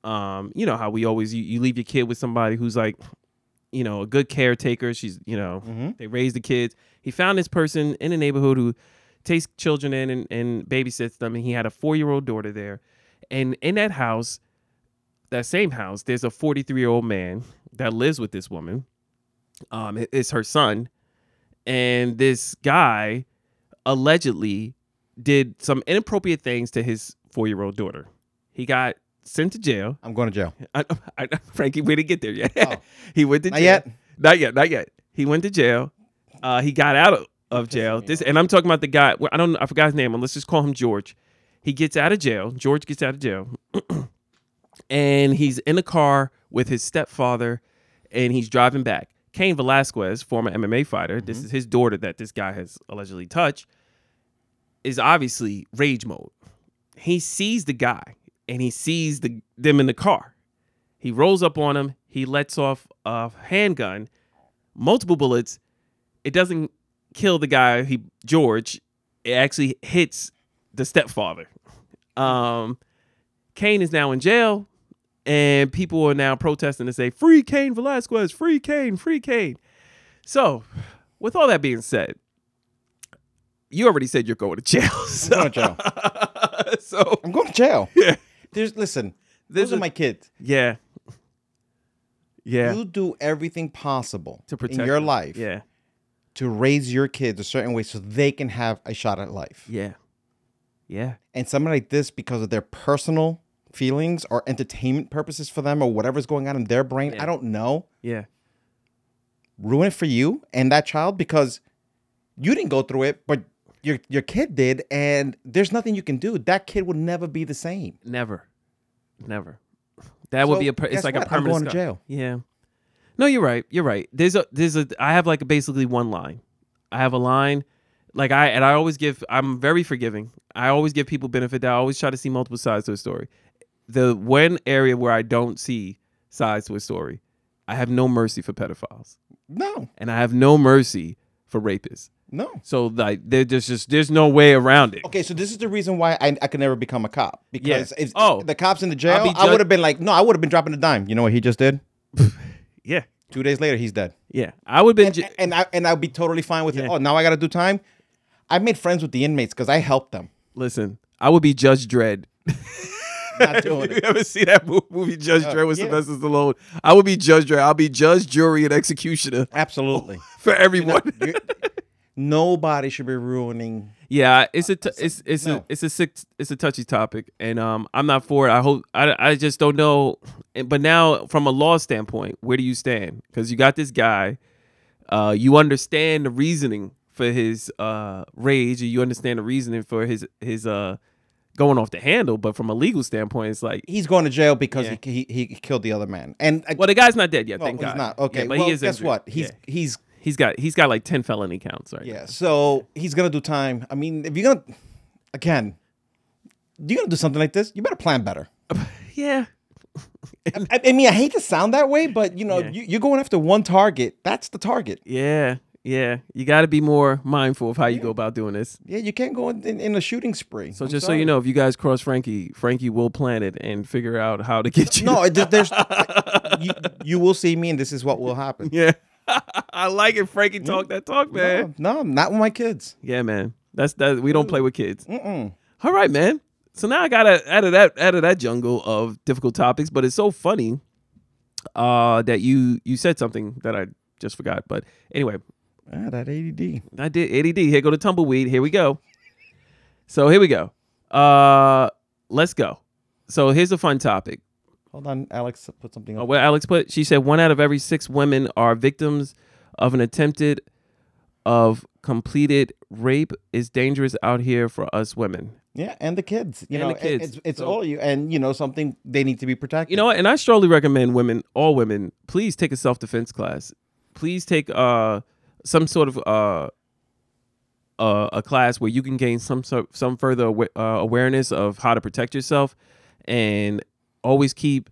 Um, you know how we always you, you leave your kid with somebody who's like, you know, a good caretaker. She's you know they raise the kids. He found this person in the neighborhood who takes children in and, and babysits them. And he had a four year old daughter there. And in that house, that same house, there's a 43 year old man that lives with this woman. Um, it- it's her son. And this guy allegedly did some inappropriate things to his four year old daughter. He got sent to jail. I'm going to jail. [LAUGHS] I, I, Frankie, we didn't get there yet. [LAUGHS] he went to Oh. Not jail. yet? Not yet. Not yet. He went to jail. Uh, he got out of, of jail. This, and I'm talking about the guy. well, I don't. I forgot his name. Let's just call him George. He gets out of jail. George gets out of jail, [CLEARS THROAT] and he's in a car with his stepfather, and he's driving back. Cain Velasquez, former MMA fighter, Mm-hmm. this is his daughter that this guy has allegedly touched, is obviously rage mode. He sees the guy, and he sees the them in the car. He rolls up on him. He lets off a handgun, multiple bullets. It doesn't kill the guy. He George. It actually hits the stepfather. Um, Kane is now in jail, and people are now protesting to say free Kane Velasquez, free Kane, free Kane. So, with all that being said, you already said you're going to jail. [LAUGHS] So, I'm going to jail. so I'm going to jail. [LAUGHS] Yeah. There's listen. This Those are is- my kids. yeah, yeah, You do everything possible to protect in your them. life Yeah. to raise your kids a certain way so they can have a shot at life. Yeah. Yeah. And something like this, because of their personal feelings or entertainment purposes for them or whatever's going on in their brain. I don't know. Yeah. Ruin it for you and that child because you didn't go through it, but your your kid did, and there's nothing you can do. That kid will never be the same. Never, never. That would So, be a. Per- guess it's like what? a I'm permanent. going to scar. jail. Yeah. No, you're right. You're right. There's a there's a. I have like a, basically one line. I have a line, like I and I always give. I'm very forgiving. I always give people benefit. I always try to see multiple sides to a story. The one area where I don't see sides to a story, I have no mercy for pedophiles, No, and I have no mercy for rapists. no. So like there- there's just there's no way around it. Okay, so this is the reason why I, I could never become a cop because Yeah. if Oh. the cops in the jail, be I judge- would have been like, no, I would have been dropping a dime. You know what he just did? Yeah. Two days later, he's dead, Yeah. I would have been. and, j- and I and I'd be totally fine with it. Yeah. Oh, now I got to do time. I made friends with the inmates because I helped them. listen. I would be Judge [LAUGHS] Dredd. Not doing you it. ever see that mo- movie Judge Dredd with Uh, yeah. Sylvester Stallone? I will be Judge Dredd. I'll be judge, jury, and executioner [LAUGHS] [LAUGHS] Absolutely. for everyone. [LAUGHS] You- Nobody should be ruining. yeah, it's a t- it's it's a no. it's a sick it's a touchy topic, and um, I'm not for it. I hope I I just don't know. And- But now, from a law standpoint, where do you stand? Because you got this guy, uh, you understand the reasoning for his uh rage, and you understand the reasoning for his his uh going off the handle. But from a legal standpoint, it's like. He's going to jail because he, he he killed the other man. And I, Well, the guy's not dead yet. no, thank Oh, he's God. not. Yeah, Okay, but well, he is. guess injured. what? He's Yeah. he's He's got he's got like ten felony counts right Yeah, so he's gonna do time. I mean, if you're gonna, again, you're gonna do something like this, you better plan better. now. Yeah. I, I mean, I hate to sound that way, but you know, Yeah. you, you're going after one target. That's the target. Yeah. Yeah. You got to be more mindful of how you go about doing this. Yeah, you can't go in, in, in a shooting spree. So just so you know, if you guys cross Frankie, Frankie will plan it and figure out how to get you. no, it, just- there's you, you will see me, and this is what will happen. [LAUGHS] Yeah. [LAUGHS] I like it. Frankie talk that talk, man. Mm. No, no, not with my kids. Yeah, man. That's that. We don't play with kids. All right, man. So now I got to out of that out of that jungle of difficult topics, but it's so funny uh, that you you said something that I just forgot. But anyway, Ah, that ADD. I did ADD. Here go the tumbleweed. Here we go. So here we go. Uh, let's go. So here's a fun topic. Hold on, Alex, put something Uh, up. What Alex put, she said one out of every six women are victims of an attempted of completed rape. Is dangerous out here for us women. Yeah, and the kids. You And know, the it- kids. it's it's So- all you, and you know something they need to be protected. You know what? And I strongly recommend women, all women, please take a self defense class. Please take uh some sort of uh a, a class where you can gain some sort, some further awa- uh, awareness of how to protect yourself, and always keep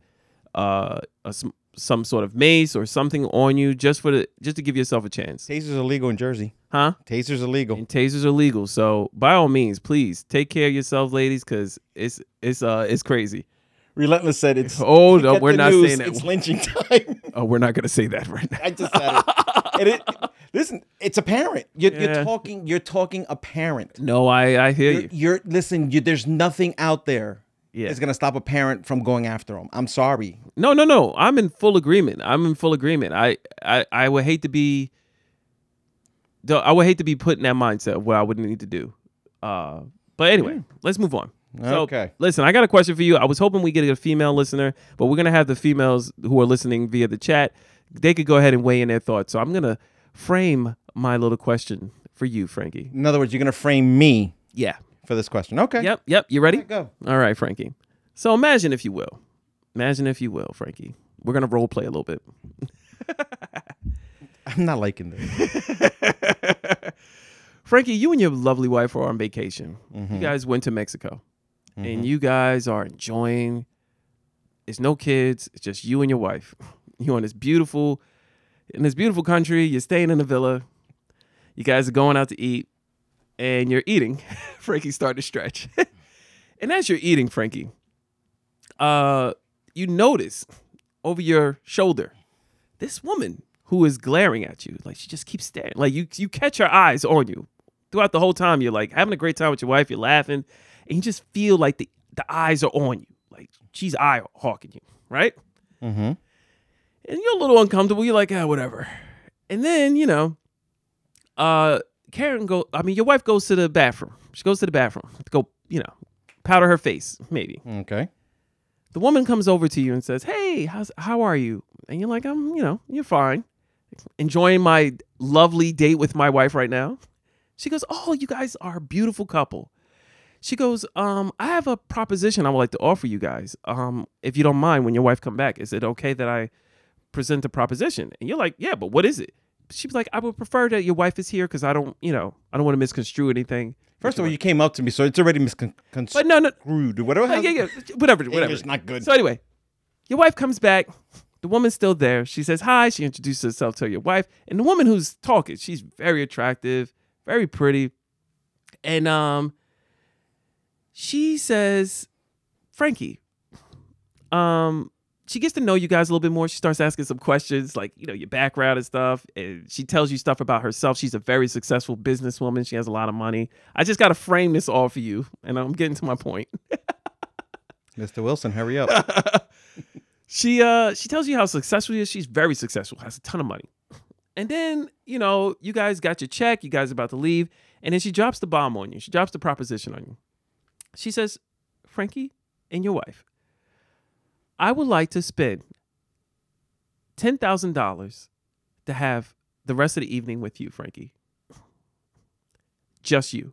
uh a, sm- some sort of mace or something on you just for the just to give yourself a chance, tasers are legal in Jersey. huh? Tasers are legal. And tasers are legal, so by all means, please take care of yourselves, ladies, because it's it's uh it's crazy. Relentless said it's. Oh, no, Get the we're not news, saying that. It's lynching time. [LAUGHS] Oh, we're not gonna say that right now. I just said it. And it- listen, it's a parent. You're, Yeah. you're talking. You're talking a parent. No, I I hear You're, you. you're- listen. You, there's nothing out there Yeah. that's gonna stop a parent from going after them. I'm sorry. No, no, no. I'm in full agreement. I'm in full agreement. I I I would hate to be though, I would hate to be put in that mindset of what I would need to do. Uh but anyway, let's move on. So, Hmm. Okay. Listen, I got a question for you. I was hoping we get a female listener, but we're gonna have the females who are listening via the chat. They could go ahead and weigh in their thoughts. So I'm gonna frame my little question for you, Frankie. In other words, you're gonna frame me Yeah. for this question. Okay. Yep, yep. You ready? go. All right, Frankie. So imagine if you will. Imagine if you will, Frankie. We're gonna role play a little bit. I'm not liking this. [LAUGHS] Frankie, you and your lovely wife are on vacation. You guys went to Mexico and you guys are enjoying. It's no kids, it's just you and your wife. [LAUGHS] You're on this beautiful, in this beautiful country. You're staying in a villa. You guys are going out to eat and you're eating. [LAUGHS] Frankie started to stretch. [LAUGHS] and as you're eating, Frankie, uh, you notice over your shoulder this woman who is glaring at you, like she just keeps staring. Like you you catch her eyes on you throughout the whole time. You're like having a great time with your wife, you're laughing, and you just feel like the, the eyes are on you. Like she's eye hawking you, right? Mm-hmm. And you're a little uncomfortable. You're like, ah, whatever. And then, you know, uh Karen go I mean, your wife goes to the bathroom. She goes to the bathroom to go, you know, powder her face, maybe. Okay. The woman comes over to you and says, "Hey, how's, how are you?" And you're like, "I'm, you know, you're fine. Enjoying my lovely date with my wife right now." She goes, "Oh, you guys are a beautiful couple." She goes, um, "I have a proposition I would like to offer you guys. Um, if you don't mind, when your wife come back, is it okay that I present a proposition?" And you're like, "Yeah, but what is it?" She was like, "I would prefer that your wife is here because I don't, you know, I don't want to misconstrue anything." First of all, you came up to me, so it's already misconstrued. But no, no, Whatever. yeah, yeah, yeah. Whatever, whatever. English not good. [LAUGHS] So anyway, your wife comes back. The woman's still there. She says hi. She introduces herself to your wife, and the woman who's talking, she's very attractive, very pretty, and um, she says, Frankie, um, she gets to know you guys a little bit more. She starts asking some questions, like you know your background and stuff, and she tells you stuff about herself. She's a very successful businesswoman. She has a lot of money. I just got to frame this all for you, and I'm getting to my point. Mr. Wilson, hurry up. [LAUGHS] She uh she tells you how successful she is. She's very successful, has a ton of money. And then, you know, you guys got your check, you guys about to leave, and then she drops the bomb on you. She drops the proposition on you. She says, "Frankie and your wife, I would like to spend $10,000 to have the rest of the evening with you, Frankie. Just you."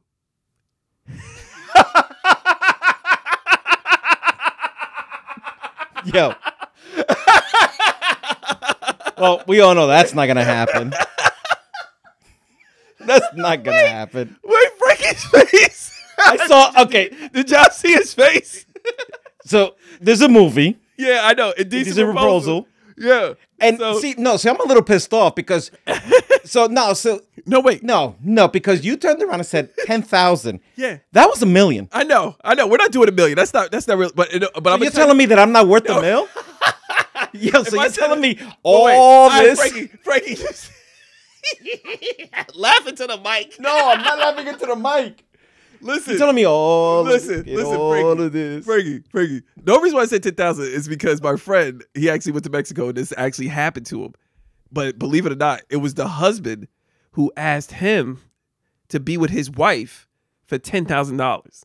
Yo. well, we all know that's not gonna happen. [LAUGHS] That's not gonna happen. Wait, Frankie's face. [LAUGHS] I saw. Okay, [LAUGHS] Did y'all see his face? so there's a movie. Yeah, I know. There's a proposal. Yeah. And So- see, no, see, I'm a little pissed [LAUGHS] off because, so no, so No, wait. no, no, because you turned around and said ten thousand. Yeah. that was a million. I know, I know. We're not doing a million. That's not. That's not real. But it- but I'm You're telling me that I'm not worth a [LAUGHS] mil? Yo, so I you're said telling it- me all this? Frankie, Frankie, [LAUGHS] laughing to the mic. No, I'm not laughing into the mic. Listen, You're telling me all. listen, it listen, all Frankie, of this. Frankie, Frankie. The reason why I said ten thousand is because my friend he actually went to Mexico and this actually happened to him. But believe it or not, it was the husband who asked him to be with his wife for ten thousand dollars.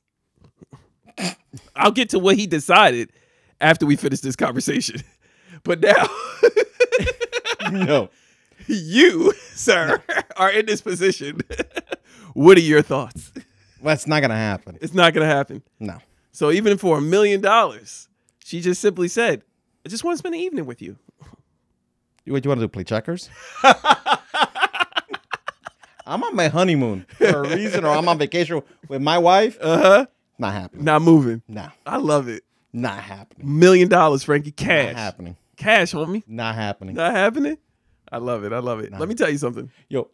I'll get to what he decided after we finish this conversation. [LAUGHS] But now [LAUGHS] No. you, sir, are in this position. [LAUGHS] what are your thoughts? That's not gonna happen. It's not going to happen. No. So even for a million dollars, she just simply said, "I just want to spend the evening with you." You- What you want to do? Play [LAUGHS] checkers? I'm on my honeymoon for a reason, or I'm on vacation with my wife. Uh huh. Not happening. Not moving. No. I love it. Not happening. Million dollars, Frankie, cash, Not happening. cash, homie. Not happening. Not happening. I love it. I love it. Let me tell you something. [LAUGHS] Yo.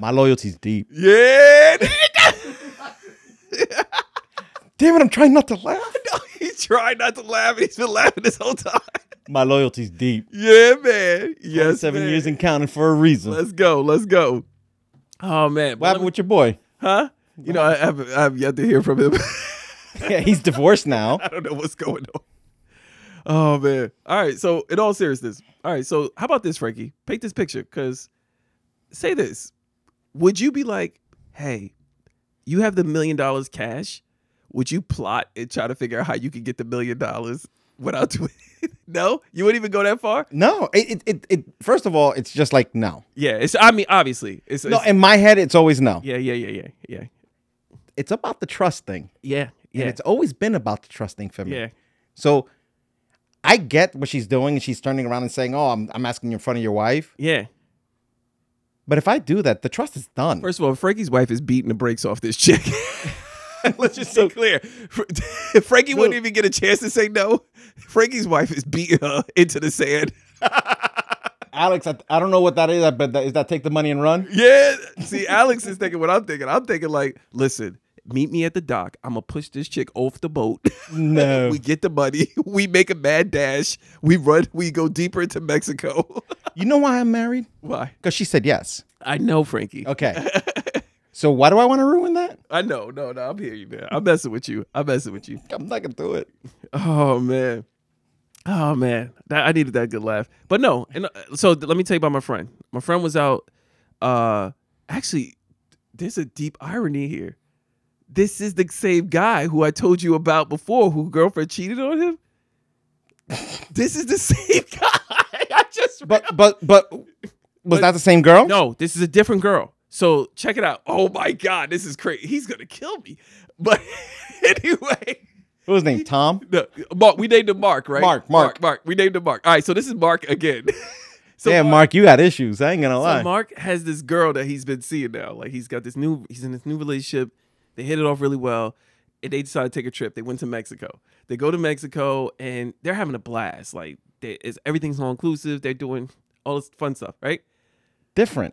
my loyalty's deep. Yeah, [LAUGHS] Damn it! I'm trying not to [LAUGHS] laugh. he tried not to laugh, and he's been laughing this whole time. My loyalty's deep. Yeah, man. Yes, Seven man. years and counting for a reason. Let's go. Let's go. Oh man, what happened with your boy? [LAUGHS] huh? You know, I have, I have yet to hear from him. [LAUGHS] Yeah, he's divorced now. I [LAUGHS] don't know what's going on. Oh man. All right. So in all seriousness, all right. So how about this, Frankie? Paint this picture, cause say this. Would you be like, hey, you have the million dollars cash? Would you plot and try to figure out how you could get the million dollars without [LAUGHS] doing it? No? You wouldn't even go that far? No, it, it, it, it. First of all, it's just like no. Yeah. It's I mean, obviously. It's, No, it's- in my head, it's always no. yeah, yeah, yeah, yeah, yeah. It's about the trust thing. Yeah. Yeah. And it's always been about the trust thing for me. yeah. So I get what she's doing and she's turning around and saying, Oh, I'm, I'm asking you in front of your wife. Yeah. But if I do that, the trust is done. First of all, Frankie's wife is beating the brakes off this chick. [LAUGHS] [LAUGHS] Let's just be clear. Fr- [LAUGHS] Frankie wouldn't even get a chance to say no. Frankie's wife is beating her into the sand. Alex, I, I don't know what that is, I- but that, is that take the money and [LAUGHS] run? Yeah. See, Alex is thinking what I'm thinking. I'm thinking like, listen, meet me at the dock. I'm gonna push this chick off the boat. [LAUGHS] No. we get the money. [LAUGHS] We make a mad dash. We run. We go deeper into Mexico. [LAUGHS] you know why I'm married? Why? Because she said yes. I know, Frankie. [LAUGHS] Okay. so why do I want to ruin that? I know. No, no. I'm hearing you, man. I'm messing with you. I'm messing with you. I'm not going to do it. Oh man, oh man, that I needed that good laugh. But no, and uh, so th- let me tell you about my friend. My friend was out. Uh, actually, there's a deep irony here. this is the same guy who I told you about before, who girlfriend cheated on him. this is the same [LAUGHS] guy. I just But but but was that the same girl? no, this is a different girl. So check it out. Oh my God, this is crazy. He's gonna kill me. But [LAUGHS] anyway, What was his name? Tom. no, Mark. We named him Mark, right? Mark, Mark. Mark. We named him Mark. All right. So this is Mark again. [LAUGHS] so Damn, Mark, you had issues. I ain't gonna so lie. Mark has this girl that he's been seeing now. Like he's got this new, he's in this new relationship. They hit it off really well, and they decide to take a trip. They went to Mexico. They go to Mexico, and they're having a blast. Like they, it's, everything's all inclusive. They're doing all this fun stuff, right? different.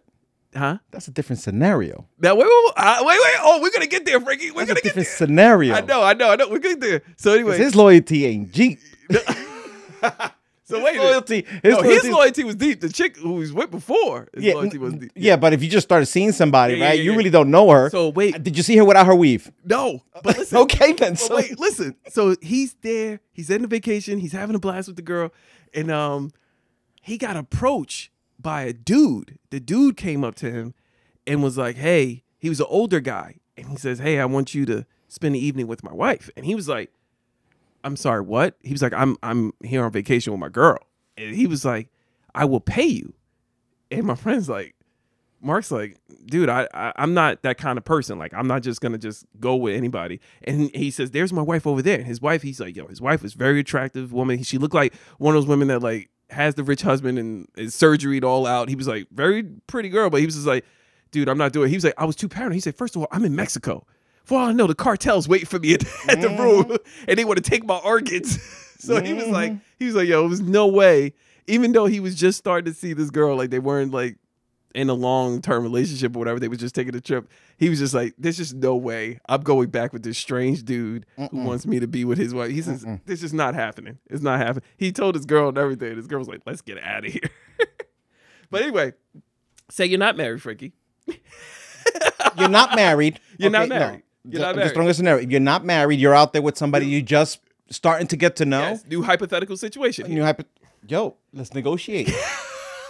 Huh? That's a different scenario. Now wait, wait, wait, uh, wait, wait. Oh, we're gonna get there, Frankie. We're That's a gonna get there. different scenario. I know, I know, I know. We're gonna get there. So 'Cause anyway, His loyalty [LAUGHS] ain't Jeep. so wait. a minute. Loyalty. His No, loyalty. Oh, his loyalty was deep. The chick who was with before, his yeah, loyalty n- was deep. yeah, but if you just started seeing somebody, Yeah, yeah, right? yeah, you yeah. really don't know her. So wait, Did you see her without her weave? No, [LAUGHS] but listen. Okay, then, But so- wait, listen. So he's there. He's in the vacation. He's having a blast with the girl, and um, he got approached by a dude. The dude came up to him and was like, "Hey," he was an older guy, and he says, "Hey, I want you to spend the evening with my wife." And he was like, "I'm sorry, what?" He was like, "I'm I'm here on vacation with my girl," and he was like, "I will pay you." And my friend's like, Mark's like, dude, I, I I'm not that kind of person. Like, I'm not just gonna just go with anybody. And he says, "There's my wife over there." And his wife, he's like, "Yo, his wife is very attractive woman. She looked like one of those women that like has the rich husband and is surgeried all out." He was like, "Very pretty girl," but he was just like, "Dude, I'm not doing." it. He was like, "I was too paranoid." He said, first of all, I'm in Mexico. For all I know, the cartels wait for me at, at the [LAUGHS] room, and they want to take my organs." [LAUGHS] so he was like, he was like, "Yo, it was no way." Even though he was just starting to see this girl, like they weren't like in a long term relationship or whatever, they was just taking a trip. He was just like, "There's just no way I'm going back with this strange dude who wants me to be with his wife." He says, "This is not happening. It's not happening." He told his girl and everything. His girl was like, "Let's get out of here." [LAUGHS] but anyway, say you're not married, Frankie. [LAUGHS] You're not married. [LAUGHS] You're not Okay, no. married. You're The- not The married. strongest scenario. If You're not married. You're out there with somebody you just starting to get to know. Yes, new hypothetical situation. And you hypo- Yo, let's negotiate.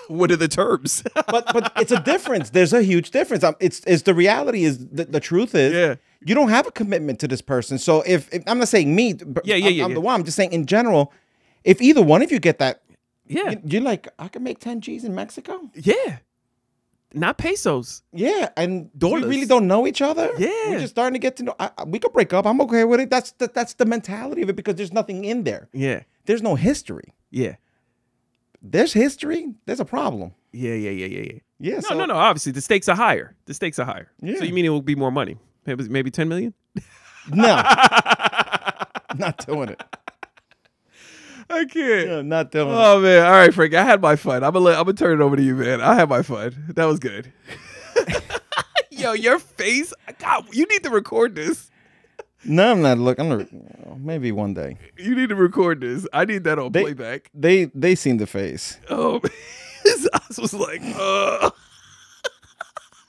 What are the terms? [LAUGHS] but but it's a difference. There's a huge difference. Um, It's it's the reality is the, the truth is Yeah. you don't have a commitment to this person. So if, if- I'm not saying me, but Yeah, yeah, I'm, yeah, I'm yeah. the one. I'm just saying in general, if either one of you get that, yeah, you- you're like I can make 10 G's in Mexico. yeah, not pesos. Yeah, and Dollars. we really don't know each other. Yeah. we're just starting to get to know. I, I- we could break up. I'm okay with it. That's the, that's the mentality of it because there's nothing in there. Yeah, There's no history. yeah, There's history. There's a problem. yeah, yeah, yeah, yeah, yeah. Yeah. No, so- no, no. Obviously, the stakes are higher. The stakes are higher. Yeah. So you mean it will be more money? Maybe, maybe ten million? [LAUGHS] no. not doing it. I can't. No, not doing it. Oh man! All right, Frank. I had my fun. I'm gonna let, I'm gonna turn it over to you, man. I had my fun. That was good. [LAUGHS] Yo, your face. God, you need to record this. No, I'm not. Look, I'm not. Maybe one day. You need to record this. I need that on They- playback. They they seen the face. Oh, [LAUGHS] man. his eyes was like, uh. Ugh.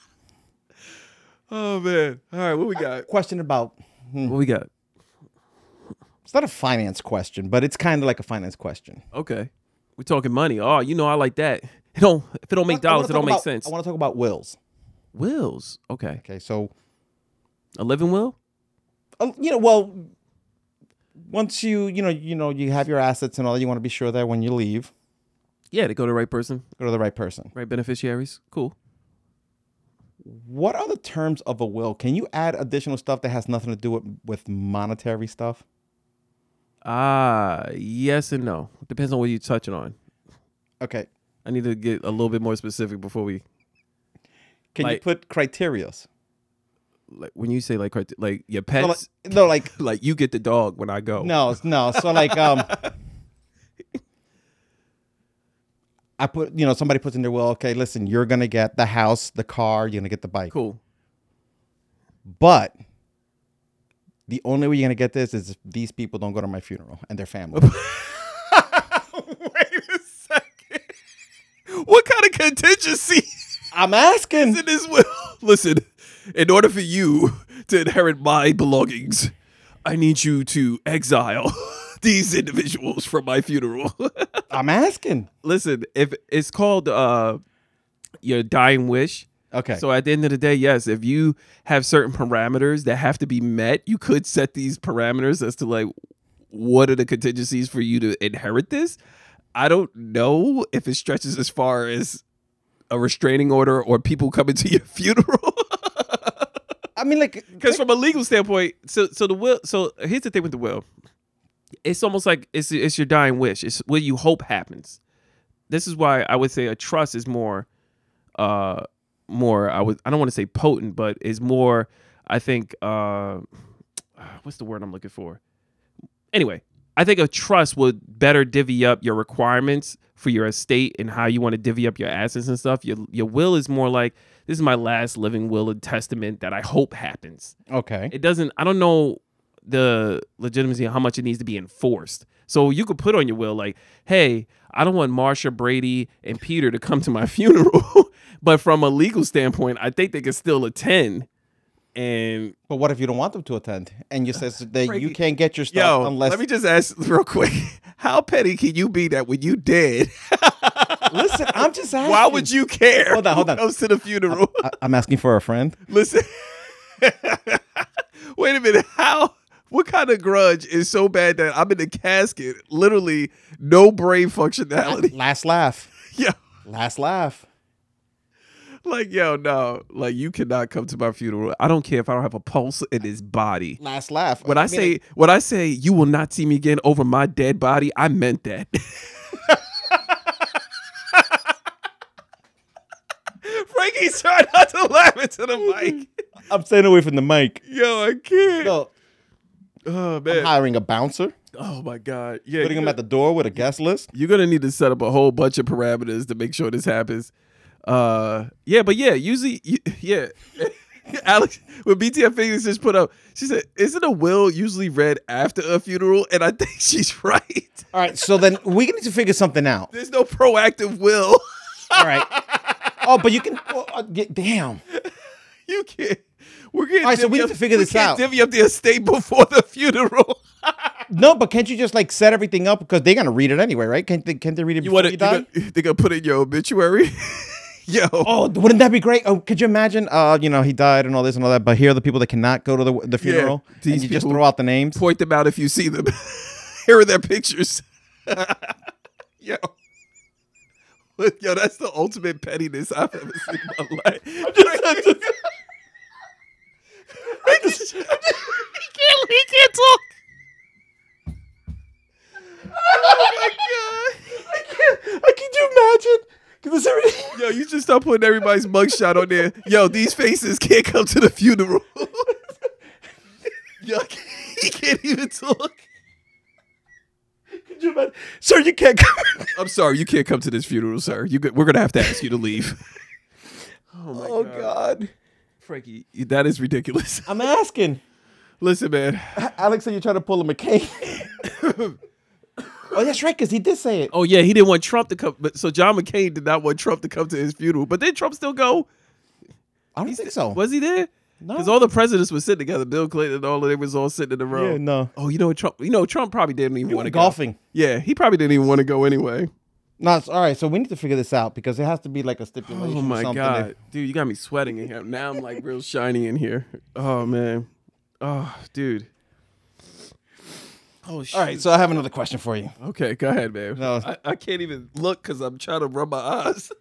[LAUGHS] oh man. All right, what we got? Question about. What we got? It's not a finance question, but it's kind of like a finance question. Okay, we're talking money. Oh, you know I like that. It don't if it don't make I wanna dollars, it talk don't make about- sense. I want to talk about wills. Wills. Okay, Okay, so a living will. uh, you know, well, once you you know you know you have your assets and all, you want to be sure that when you leave, Yeah, to go to the right person, go to the right person. right beneficiaries. Cool. What are the terms of a will? Can you add additional stuff that has nothing to do with with monetary stuff? Ah, yes and no. Depends on what you're touching on. Okay, I need to get a little bit more specific before we can you Like- put criterias? like when you say like crite- like your No, pets, like, no, like like, you get the dog when I go. No, it's- no. So like um I put you know, somebody puts in their will, okay, listen, you're gonna get the house, the car, you're gonna get the bike. Cool. But the only way you're gonna get this is if these people don't go to my funeral and [LAUGHS] their family. Wait a second. What kind of contingency I'm asking is in this will? [LAUGHS] Listen, in order for you to inherit my belongings, I need you to exile [LAUGHS] these individuals from my funeral. [LAUGHS] I'm asking. listen, if it's called uh your dying wish, Okay. So at the end of the day, yes, if you have certain parameters that have to be met, you could set these parameters as to like what are the contingencies for you to inherit this. I don't know if it stretches as far as a restraining order or people coming to your [LAUGHS] funeral. I mean, like, Because from a legal standpoint, so so the will. So here's the thing with the will. It's almost like it's it's your dying wish. It's what you hope happens. This is why I would say a trust is more, uh, more. I would I don't want to say potent, but is more. I think uh, [SIGHS] what's the word I'm looking for? Anyway, I think a trust would better divvy up your requirements for your estate and how you want to divvy up your assets and stuff. Your your will is more like this is my last living will and testament that I hope happens okay. it doesn't i don't know the legitimacy of how much it needs to be enforced so you could put on your will like hey i don't want marsha brady and peter to come to my [LAUGHS] funeral but from a legal standpoint i think they can still attend and But what if you don't want them to attend? And you says that you Frankie, can't get your stuff yo unless. let me just ask [LAUGHS] real quick how petty can you be that when you dead [LAUGHS] listen, I'm just asking. why would you care Hold on, hold who on. comes to the funeral I, I'm asking for a friend. Listen, [LAUGHS] wait a minute. How? What kind of grudge is so bad that I'm in the casket? Literally, no brain functionality. [LAUGHS] Last laugh. yo, Last laugh. like yo, no, like you cannot come to my funeral. I don't care if I don't have a pulse in his body. Last laugh. When I, mean, say when I say you will not see me again over my dead body, I meant that. [LAUGHS] Frankie's trying not to laugh into the mic. I'm staying away from the mic. [LAUGHS] Yo, I can't. So oh I'm man. hiring a bouncer, Oh my God! Yeah, putting you're him gonna- at the door with a guest list. you're gonna need to set up a whole bunch of parameters to make sure this happens. Uh, yeah, but yeah, usually, y- [LAUGHS] yeah. Alex, when BTF Phoenix just put up, she said, "Isn't a will usually read after a funeral?" And I think [LAUGHS] she's right. All right. So then we need to figure something [LAUGHS] out. There's no proactive will. [LAUGHS] All right. Oh, but you can. oh, uh, get, damn. you can't. We're getting. All right, so divvy we need up- to figure we this can't out. Divvy up the estate [LAUGHS] before the funeral. No, but can't you just like set everything up because they're gonna read it anyway, right? Can't they? Can't they read it You before want you, to? die? They're gonna put in your obituary. [LAUGHS] Yo. Oh, wouldn't that be great? Oh, could you imagine? Uh, you know, he died and all this and all that. But here are the people that cannot go to the the funeral. These and you just people- throw out the names. point them out if you see them. [LAUGHS] Here are their pictures. [LAUGHS] yo. [LAUGHS] Look, yo, that's the ultimate pettiness I've ever seen in my [LAUGHS] life. [LAUGHS] Frankie- he, can't, he can't talk. Oh my god. Like, could you imagine? Yo, you just stop putting everybody's mugshot on there. Yo, these faces can't come to the funeral. yo, [LAUGHS] he can't even talk. sir, you can't come. I'm sorry, you can't come to this funeral, sir. You go- we're gonna have to ask you to leave. oh my oh God, [LAUGHS] Frankie, that is ridiculous. [LAUGHS] I'm asking. Listen, man. Alex said you try to pull him a cake. [LAUGHS] oh, that's right, because he did say it. Oh yeah, he didn't want Trump to come, but so John McCain did not want Trump to come to his funeral. But did Trump still go? I don't think so. Was he there? Because No. all the presidents were sitting together. Bill Clinton and all of them was all sitting in a row. Yeah, no. Oh, you know what Trump? You know Trump probably didn't even You want to went golfing. Yeah, he probably didn't even want to go anyway. No, it's all right. So we need to figure this out because it has to be like a stipulation. Oh or my something. god, dude, you got me sweating in here. Now I'm like real shiny in here. Oh man. Oh, dude. Oh shit. All right, so I have another question for you. Okay, go ahead, man. No. I, I can't even look because I'm trying to rub my eyes. [LAUGHS]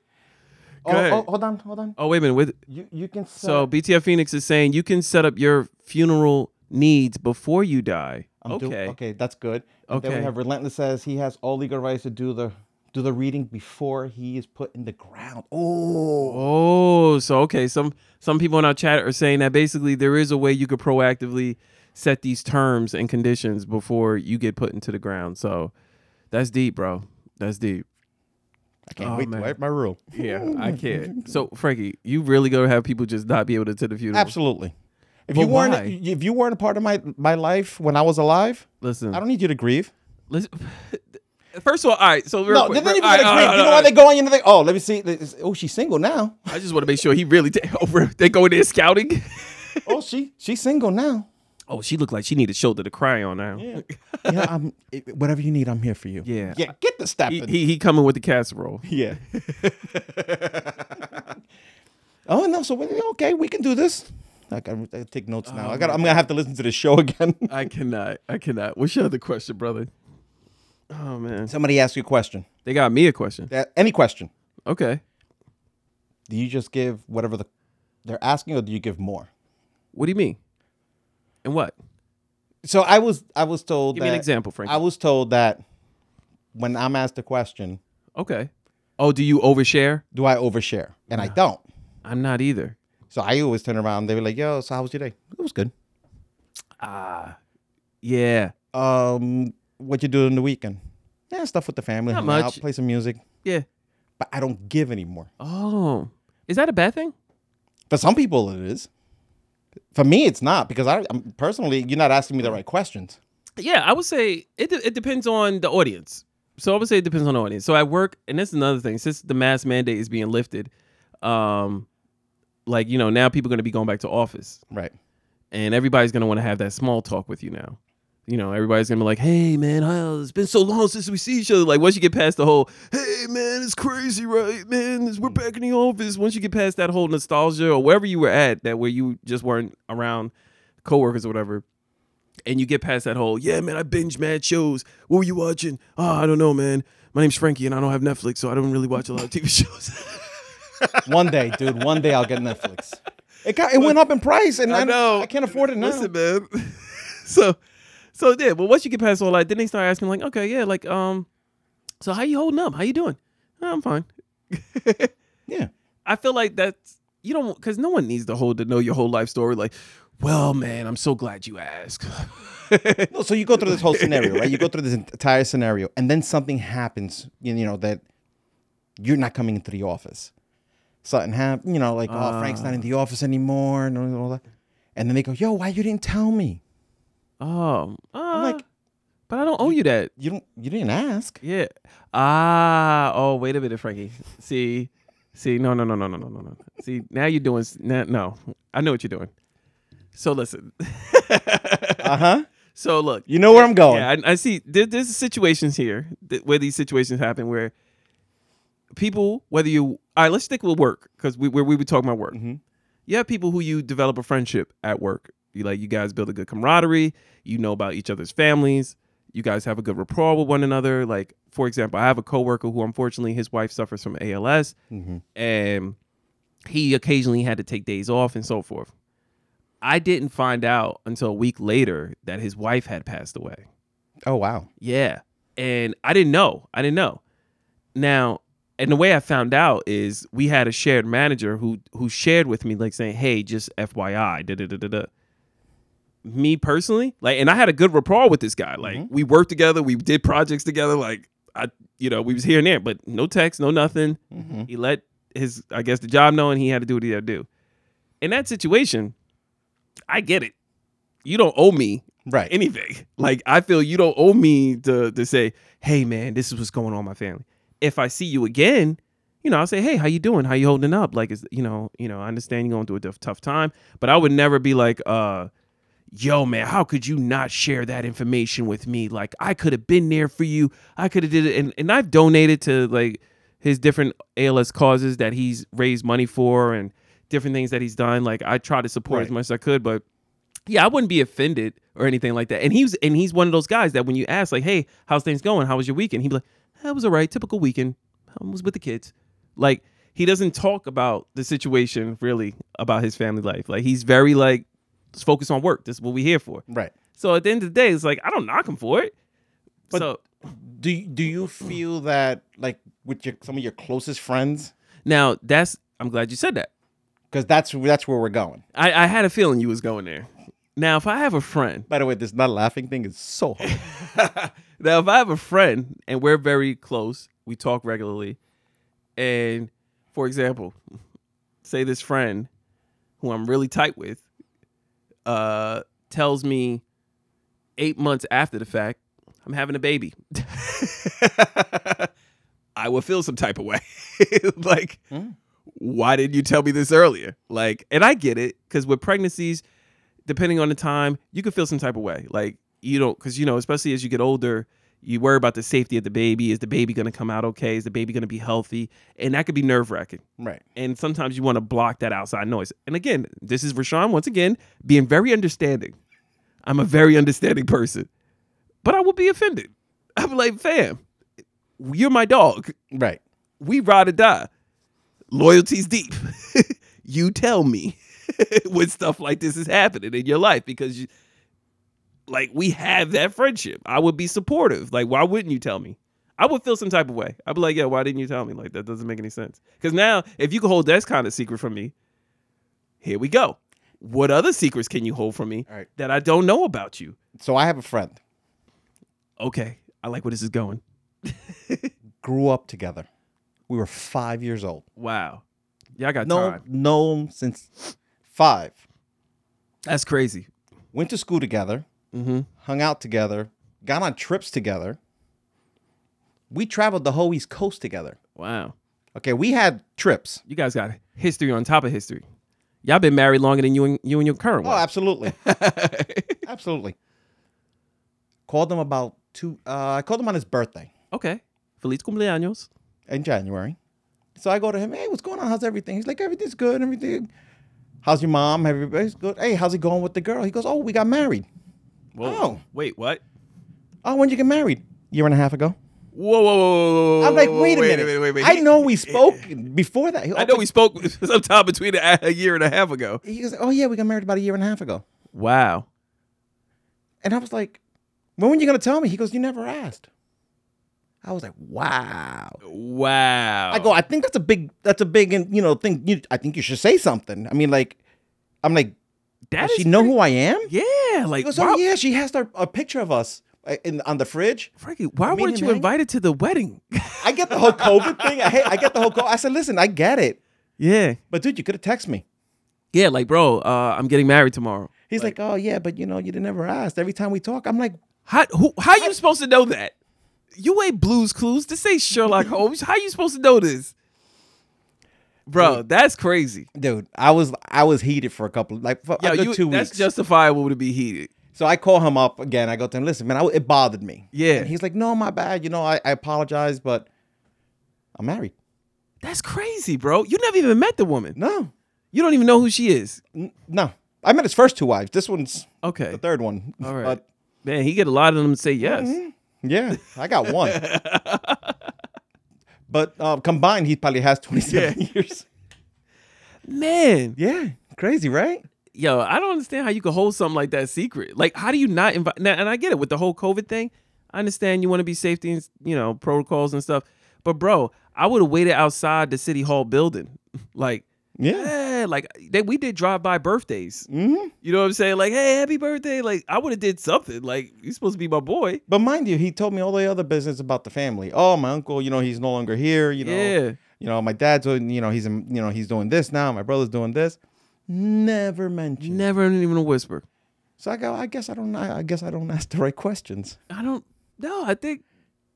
Go ahead. Oh, oh, oh, hold on, hold on. wait a minute. With You you can set so BTF Phoenix is saying you can set up your funeral needs before you die. I'm okay. do- okay, that's good. And Then Okay. we have Relentless says he has all legal rights to do the do the reading before he is put in the ground. Oh, Oh, so okay. Some some people in our chat are saying that basically there is a way you could proactively set these terms and conditions before you get put into the ground. So that's deep, bro. That's deep. I can't Oh, wait man. to wipe my room. [LAUGHS] Yeah, I can't. So Frankie, you really gonna have people just not be able to attend the funeral? Absolutely. If But you weren't why? if you weren't a part of my my life when I was alive, Listen, I don't need you to grieve. Listen, [LAUGHS] first of all, all right. So real No, quick, they didn't real- all even right, gotta all grieve. right, you know all why right, they go on? You know they oh let me see. This- Oh, she's single now. I just want to make sure he really [LAUGHS] ta- over. They going in scouting. [LAUGHS] oh, she [LAUGHS] she's single now. oh, she looked like she needed shoulder to cry on now. Yeah, Yeah, I'm whatever you need, I'm here for you. Yeah. yeah. Get the step. he, he he coming with the casserole. yeah. [LAUGHS] Oh no, so we- okay, we can do this. I can I can take notes now. I got. I'm gonna have to listen to the show [LAUGHS] again. I cannot. I cannot. What's your other question, brother? Oh man, Somebody ask you a question. they got me a question. That- Uh, any question? Okay. Do you just give whatever the they're asking, or do you give more? What do you mean? And what? So I was I was told Give that me an example, Frank. I was told that when I'm asked a question, okay. Oh, do you overshare? do I overshare? And I don't. I'm not either. So I always turn around. They were like, "Yo, so how was your day? It was good. Yeah. Um, what you do in the weekend? Yeah, stuff with the family. Not hang out, much. play some music. Yeah. But I don't give anymore. Oh, is that a bad thing? For some people, it is. For me, it's not because I I'm, personally, you're not asking me the right questions. Yeah, I would say it, de- it depends on the audience. So I would say it depends on the audience. So I work, and that's another thing. Since the mask mandate is being lifted, um, like you know, now people are going to be going back to office, Right. and everybody's going to want to have that small talk with you now. You know, everybody's gonna be like, "Hey, man, hell, it's been so long since we see each other." Like, once you get past the whole, "Hey, man, it's crazy, right? Man, it's- we're back in the office." Once you get past that whole nostalgia or wherever you were at, that where you just weren't around coworkers or whatever, and you get past that whole, yeah, man, I binge mad shows. What were you watching? Oh, I don't know, man. My name's Frankie, and I don't have Netflix, so I don't really watch a lot of TV [LAUGHS] shows. one day, dude. One day I'll get Netflix. It got, it went up in price, and I, know I can't afford it now. Listen, man. [LAUGHS] so, so yeah. But once you get past all that, then they start asking like, okay, yeah, like, um, so how you holding up? How you doing? "Oh, I'm fine. yeah. I feel like that's you don't because no one needs to hold to know your whole life story. Like, well, man, I'm so glad you asked. [LAUGHS] No, so you go through this whole scenario, right? You go through this entire scenario, and then something happens, you you know, that you're not coming into the office. Something happens, you know, like, oh, Frank's not in Ah. the office anymore, and all that. And then they go, yo, why you didn't tell me? um, uh, like- but I don't owe you that. You don't, you didn't ask. Yeah. Ah. Oh, wait a minute, Frankie. See, see, no, no, no, no, no, no, no, no. See, now you're doing. s- Now, no, I know what you're doing. So listen. [LAUGHS] Uh huh. So look, You know where I'm going. yeah, I, I see. There, there's situations here th- where these situations happen where people, whether you, all right, let's stick with work because we where we were talking about work. You have people who you develop a friendship at work. You like you guys build a good camaraderie. You know about each other's families. You guys have a good rapport with one another. Like for example, I have a coworker who unfortunately his wife suffers from ALS, and he occasionally had to take days off and so forth. I didn't find out until a week later that his wife had passed away. Oh, wow. Yeah. And I didn't know. I didn't know. Now, and the way I found out is we had a shared manager who who shared with me, like saying, Hey, just FYI, da da da da da. Me personally, like, and I had a good rapport with this guy. Like, we worked together, we did projects together, like I you know, we was here and there, but no text, no nothing. He let his I guess the job know and he had to do what he had to do. In that situation, I get it. You don't owe me Right. anything. [LAUGHS] Like I feel you don't owe me to to say, hey man, this is what's going on in my family. If I see you again, you know, I'll say, hey, how you doing? How you holding up? Like, is you know, you know, I understand you're going through a tough, tough time, but I would never be like, uh, yo man, how could you not share that information with me? Like I could have been there for you. I could have did it, and and I've donated to like his different ALS causes that he's raised money for and different things that he's done. Like I try to support as Right. much as I could, but yeah, I wouldn't be offended or anything like that. And he was, and he's one of those guys that when you ask, like, "Hey, how's things going? How was your weekend?" He'd be like, "That was all right. Typical weekend. I was with the kids." Like he doesn't talk about the situation really about his family life. Like he's very like "Let's focus on work. This is what we're here for. Right. So at the end of the day, it's like I don't knock him for it. But so Do, you- do you feel that, like, with your some of your closest friends? now that's I'm glad you said that. Because that's, that's where we're going. I, I had a feeling you was going there. Now if I have a friend By the way, this not laughing thing is [LAUGHS] so hard. now, if I have a friend and we're very close, we talk regularly, and for example, say this friend who I'm really tight with uh, tells me eight months after the fact, I'm having a baby. [LAUGHS] I would feel some type of way. [LAUGHS] like, why didn't you tell me this earlier? Like, and I get it because with pregnancies, depending on the time, you could feel some type of way. Like you don't, because you know, especially as you get older, You worry about the safety of the baby. Is the baby going to come out okay? Is the baby going to be healthy? And that could be nerve wracking. Right. And sometimes you want to block that outside noise. And again, this is Rashawn once again being very understanding. I'm a very understanding person, but I will be offended. I'm like, fam, you're my dog. Right. We ride or die. Loyalty's deep. [LAUGHS] you tell me [LAUGHS] when stuff like this is happening in your life because, you, like, we have that friendship. I would be supportive. Like, why wouldn't you tell me? I would feel some type of way. I'd be like, yeah, why didn't you tell me? Like, that doesn't make any sense. Because now, if you can hold that kind of secret from me, here we go. What other secrets can you hold from me All right. that I don't know about you? So I have a friend. Okay, I like where this is going. Grew up together. We were five years old. Wow. Y'all got No, time. known since five. That's crazy. Went to school together. Hung out together. Got on trips together. We traveled the whole East Coast together. Wow. Okay, we had trips. You guys got history on top of history. Y'all been married longer than you and you and your current Oh, one. absolutely. absolutely. Called him about two. Uh, I called him on his birthday okay. Feliz cumpleaños. in January. So I go to him. Hey, what's going on? How's everything? He's like, everything's good. Everything. How's your mom? Everybody's good. Hey, how's it going with the girl? He goes, oh, we got married. Whoa. Oh. Wait, what? Oh, when did you get married? Year and a half ago. Whoa, whoa, whoa, whoa, whoa. I'm like, whoa, wait a wait, minute. Wait, wait, wait. I He- know we spoke before that. I know we spoke [LAUGHS] sometime between a, a year and a half ago. He goes, oh yeah, we got married about a year and a half ago. Wow. And I was like, when were you gonna tell me? He goes, you never asked. I was like, wow. Wow. I go, I think that's a big, that's a big, and you know, thing. You, I think you should say something. I mean, like, I'm like, That does is she know pretty- who I am? Yeah. Like, He goes, why, oh yeah, she has our, a picture of us uh, in on the fridge. Frankie, why Me weren't and you him. invited to the wedding? I get the whole COVID thing. I, hate, I get the whole. Co- I said, listen, I get it, yeah. but dude, you could have texted me. Yeah, like, bro, uh, I'm getting married tomorrow. He's like, oh yeah, but you know, you never asked. Every time we talk, I'm like, How who, how you supposed to know that? You ain't Blues Clues. This ain't [LAUGHS] Sherlock Holmes. How you supposed to know this, bro? That's crazy. dude, I was, I was heated for a couple, like for Yeah, a good you, two that's weeks. justifiable to be heated. So I call him up again. I go to him, listen, man, I, it bothered me. Yeah. And he's like, no, my bad. You know, I, I apologize, but I'm married. That's crazy, bro. You never even met the woman. No, You don't even know who she is. N- no. I met his first two wives. This one's Okay, the third one. all right. But Man, he get a lot of them to say yes. Mm-hmm. yeah, I [LAUGHS] got one. but uh, combined, he probably has 27 years. Man, Yeah. Crazy, right? yo, I don't understand how you can hold something like that secret. Like, how do you not invite? Now, and I get it with the whole COVID thing. I understand you want to be safety and you know protocols and stuff, but bro, I would have waited outside the city hall building. [LAUGHS] Like, Yeah. yeah, like they, we did drive by birthdays. Mm-hmm. You know what I'm saying? Like, hey, happy birthday! Like, I would have did something. Like, you're supposed to be my boy. But mind you, he told me all the other business about the family. Oh, my uncle, you know, he's no longer here. You know, Yeah. you know, my dad's, doing- you know, he's, in- you know, he's doing this now. My brother's doing this. Never mentioned. Never even a whisper. So I go, I guess I don't I I guess I don't [LAUGHS] ask the right questions. I don't. No, I think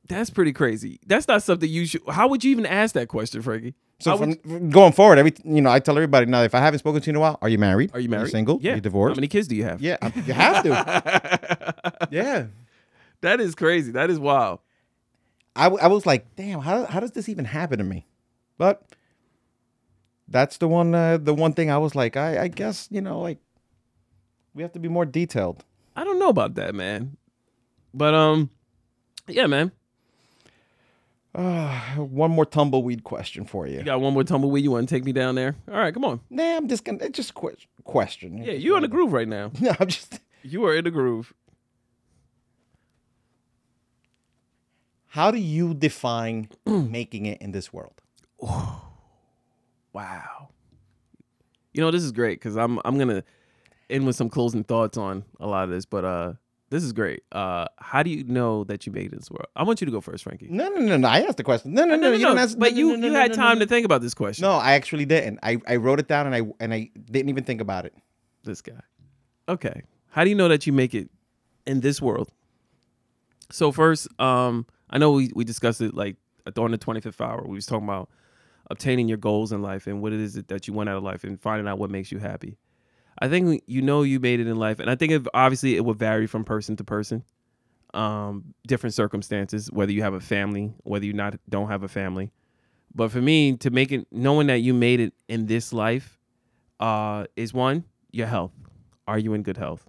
that's pretty crazy. That's not something you should. How would you even ask that question, Frankie? So How from would- from going forward, every you know, I tell everybody now if I haven't spoken to you in a while, are you married? are you married? single? Yeah. Are you divorced? How many kids do you have? yeah, I- you have to. [LAUGHS] yeah. That is crazy. That is wild. I, w- I was like, damn, how, how does this even happen to me? But that's the one uh, the one thing I was like, I, I guess, you know, like we have to be more detailed. I don't know about that, man. But um, yeah, man. One more tumbleweed question for you. You got one more tumbleweed. You want to take me down there? All right, come on. Nah, I'm just gonna it's just que- question. Yeah, you on the groove right now. [LAUGHS] No, I'm just You are in the groove. How do you define [CLEARS THROAT] making it in this world? Wow. You know, this is great because I'm I'm gonna end with some closing thoughts on a lot of this, but uh this is great. Uh how do you know that you made it in this world? I want you to go first, Frankie. No, no, no, no. I asked the question. No, no, no. you don't ask. but no, you no, no, you no, had no, time no. to think about this question. No, I actually didn't. I, I wrote it down and I and I didn't even think about it. This guy. Okay. How do you know that you make it in this world? So first, um, I know we, we discussed it like during the twenty fifth hour. We was talking about obtaining your goals in life and what it is it that you want out of life and finding out what makes you happy. I think you know you made it in life, and I think it, obviously it would vary from person to person. um, different circumstances, whether you have a family, whether you not don't have a family. But for me, to make it knowing that you made it in this life, uh, is one your health. Are you in good health?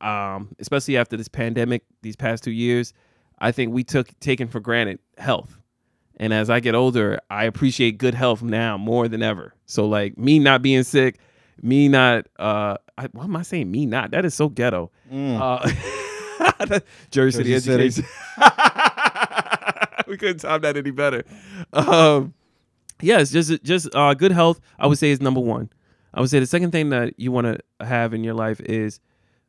Um, especially after this pandemic, these past two years, I think we took taken for granted health. And as I get older, I appreciate good health now more than ever. So like me not being sick, me not uh I, why am I saying me not? That is so ghetto. Uh, [LAUGHS] Jersey City Mm. Jersey City. education. [LAUGHS] we couldn't time that any better. Um yes, just just uh good health I would say is number 1. I would say the second thing that you want to have in your life is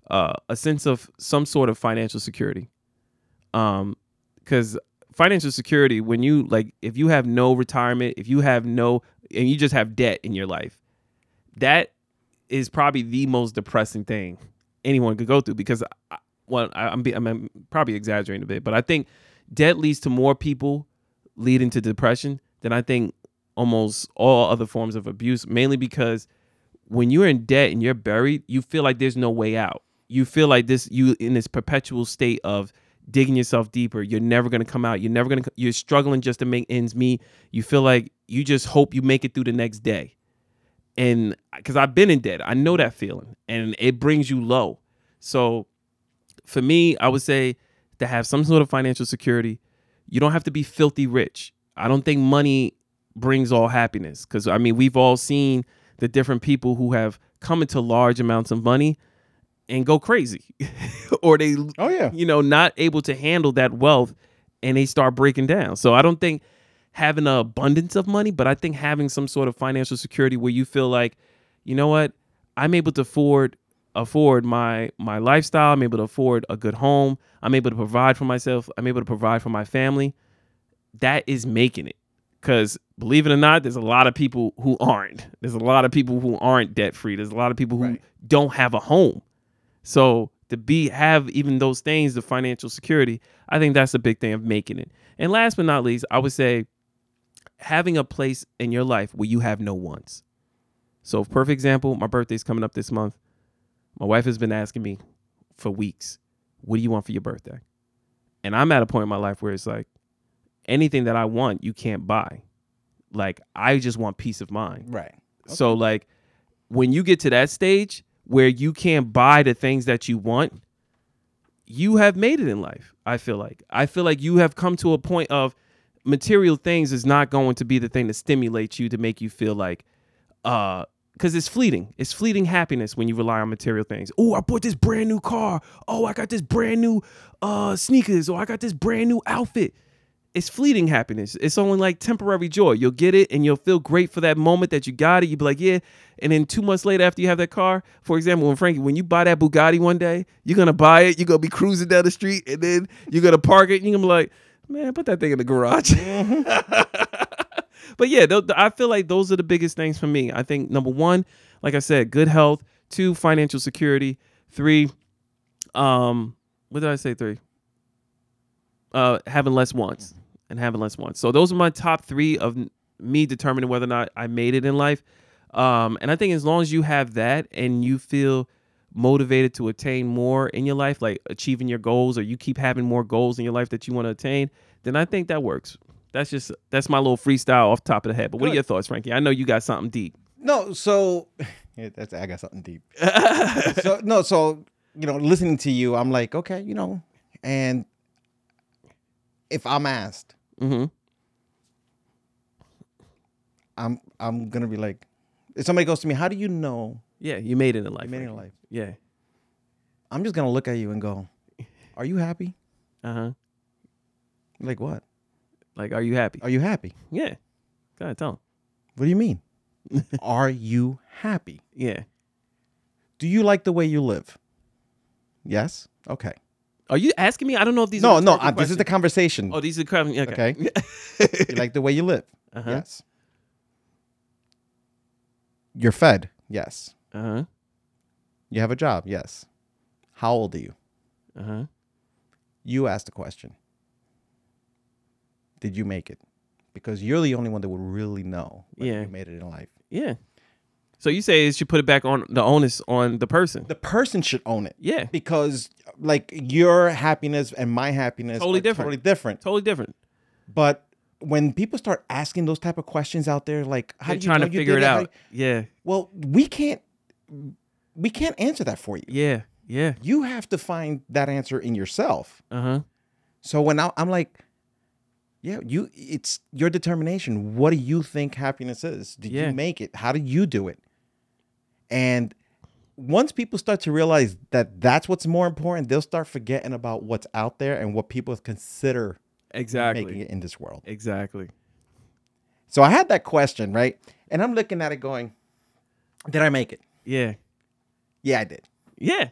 uh, a sense of some sort of financial security. Um, because financial security, when you like, if you have no retirement, if you have no, and you just have debt in your life, that is probably the most depressing thing anyone could go through. Because, I, well, I, I'm, be, I'm probably exaggerating a bit, but I think debt leads to more people leading to depression than I think almost all other forms of abuse, mainly because when you're in debt and you're buried, you feel like there's no way out. You feel like this you in this perpetual state of digging yourself deeper. You're never going to come out. You're never going to you're struggling just to make ends meet. You feel like you just hope you make it through the next day. And cuz I've been in debt, I know that feeling and it brings you low. So for me, I would say to have some sort of financial security, you don't have to be filthy rich. I don't think money brings all happiness because I mean we've all seen the different people who have come into large amounts of money and go crazy, [LAUGHS] or they Oh yeah. you know not able to handle that wealth and they start breaking down. So I don't think having an abundance of money, but I think having some sort of financial security where you feel like, you know what, I'm able to afford afford my my lifestyle, I'm able to afford a good home, I'm able to provide for myself, I'm able to provide for my family that is making it. Because believe it or not, there's a lot of people who aren't. There's a lot of people who aren't debt free. There's a lot of people who Right. don't have a home. So to be have even those things, the financial security, I think that's a big thing of making it. And last but not least, I would say having a place in your life where you have no wants. So, perfect example, my birthday's coming up this month. My wife has been asking me for weeks, what do you want for your birthday? And I'm at a point in my life where it's like, anything that I want, you can't buy. Like, I just want peace of mind. Right. So, like, when you get to that stage where you can't buy the things that you want, you have made it in life. I feel like. I feel like you have come to a point of material things is not going to be the thing that stimulates you to make you feel like, uh, because it's fleeting. It's fleeting happiness when you rely on material things. Oh, I bought this brand new car. Oh, I got this brand new uh sneakers. Or I got this brand new outfit. It's fleeting happiness. It's only like temporary joy. You'll get it and you'll feel great for that moment that you got it. You'll be like, yeah. And then two months later, after you have that car, for example, when Frankie, when you buy that Bugatti one day, you're gonna buy it. You're gonna be cruising down the street, and then you're gonna park it. And you're gonna be like, man, put that thing in the garage. [LAUGHS] But yeah, tho- I feel like those are the biggest things for me. I think number one, like I said, good health. Two, financial security. Three, um, what did I say? Three, uh, having less wants and having less wants. So those are my top three of n- me determining whether or not I made it in life. Um, and I think as long as you have that and you feel motivated to attain more in your life, like achieving your goals, or you keep having more goals in your life that you want to attain, then I think that works. That's just that's my little freestyle off the top of the head. But what are Good. your thoughts, Frankie? I know you got something deep. No, so [LAUGHS] yeah, that's I got [LAUGHS] something deep. so no, so you know, listening to you, I'm like, okay, you know, and if I'm asked, Mm-hmm. I'm I'm gonna be like, if somebody goes to me, how do you know Yeah, you made it in life. you made it in Frankie. life? Yeah. I'm just gonna look at you [LAUGHS] and go, are you happy? Uh huh. Like what? Like, are you happy? Are you happy? Yeah. Gotta tell him. What do [LAUGHS] you mean? are you happy? Yeah. Do you like the way you live? Yes. Okay. Are you asking me? I don't know if these. no, are no. rhetorical I, this is the questions. conversation. Oh, these are crap. Okay. okay. [LAUGHS] you like the way you live? Uh-huh. Yes. You're fed? Yes. Uh huh. You have a job? Yes. How old are you? Uh huh. You asked the question. Did you make it? Because you're the only one that would really know whether Yeah. you made it in life. Yeah. So you say it should put it back on the onus on the person. the person should own it. Yeah. Because like your happiness and my happiness Totally are different. Totally different. totally different. But when people start asking those type of questions out there, like how They're do you trying know to you figure did it How out. do you- yeah, Well, we can't we can't answer that for you. yeah, yeah. You have to find that answer in yourself. Uh huh. So when I, I'm like, yeah, you it's your determination. What do you think happiness is? Did Yeah. you make it? How did you do it? And once people start to realize that that's what's more important, they'll start forgetting about what's out there and what people consider making Exactly. it in this world. Exactly. So I had that question, right? And I'm looking at it going, did I make it? Yeah. Yeah, I did. Yeah.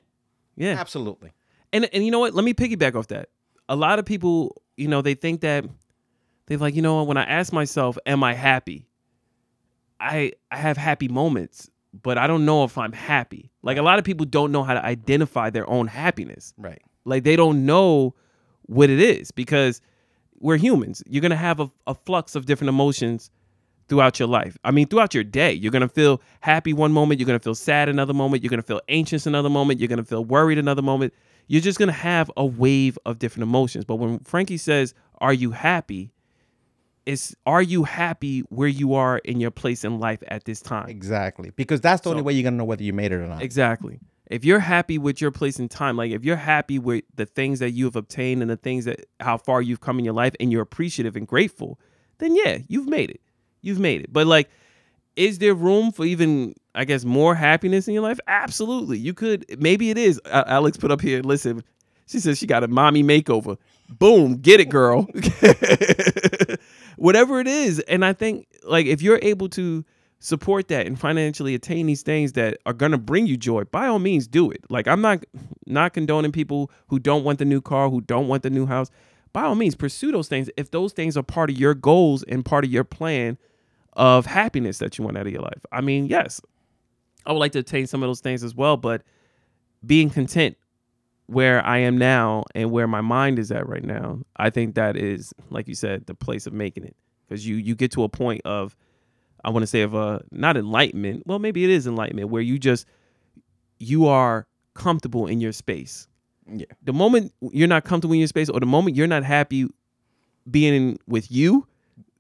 Yeah. Absolutely. and and you know what? Let me piggyback off that. A lot of people, you know, they think that they're like, you know, what? when I ask myself, "Am I happy?" I I have happy moments, but I don't know if I'm happy. Like a lot of people don't know how to identify their own happiness. Right. Like they don't know what it is because we're humans. You're gonna have a, a flux of different emotions throughout your life. I mean, throughout your day, you're gonna feel happy one moment, you're gonna feel sad another moment, you're gonna feel anxious another moment, you're gonna feel worried another moment. You're just gonna have a wave of different emotions. But when Frankie says, "Are you happy?" It's are you happy where you are in your place in life at this time? Exactly. Because that's the only way you're gonna know whether you made it or not. Exactly. If you're happy with your place in time, like if you're happy with the things that you've obtained and the things that how far you've come in your life and you're appreciative and grateful, then yeah, you've made it. You've made it. But like is there room for even I guess more happiness in your life? Absolutely. You could maybe it is. A- Alex put up here, listen. She says she got a mommy makeover. Boom, get it girl. [LAUGHS] Whatever it is, and I think like if you're able to support that and financially attain these things that are going to bring you joy by all means do it like i'm not not condoning people who don't want the new car who don't want the new house by all means pursue those things if those things are part of your goals and part of your plan of happiness that you want out of your life i mean yes i would like to attain some of those things as well but being content where i am now and where my mind is at right now i think that is like you said the place of making it because you you get to a point of I want to say of uh not enlightenment. Well, maybe it is enlightenment where you just you are comfortable in your space. Yeah. The moment you're not comfortable in your space or the moment you're not happy being with you,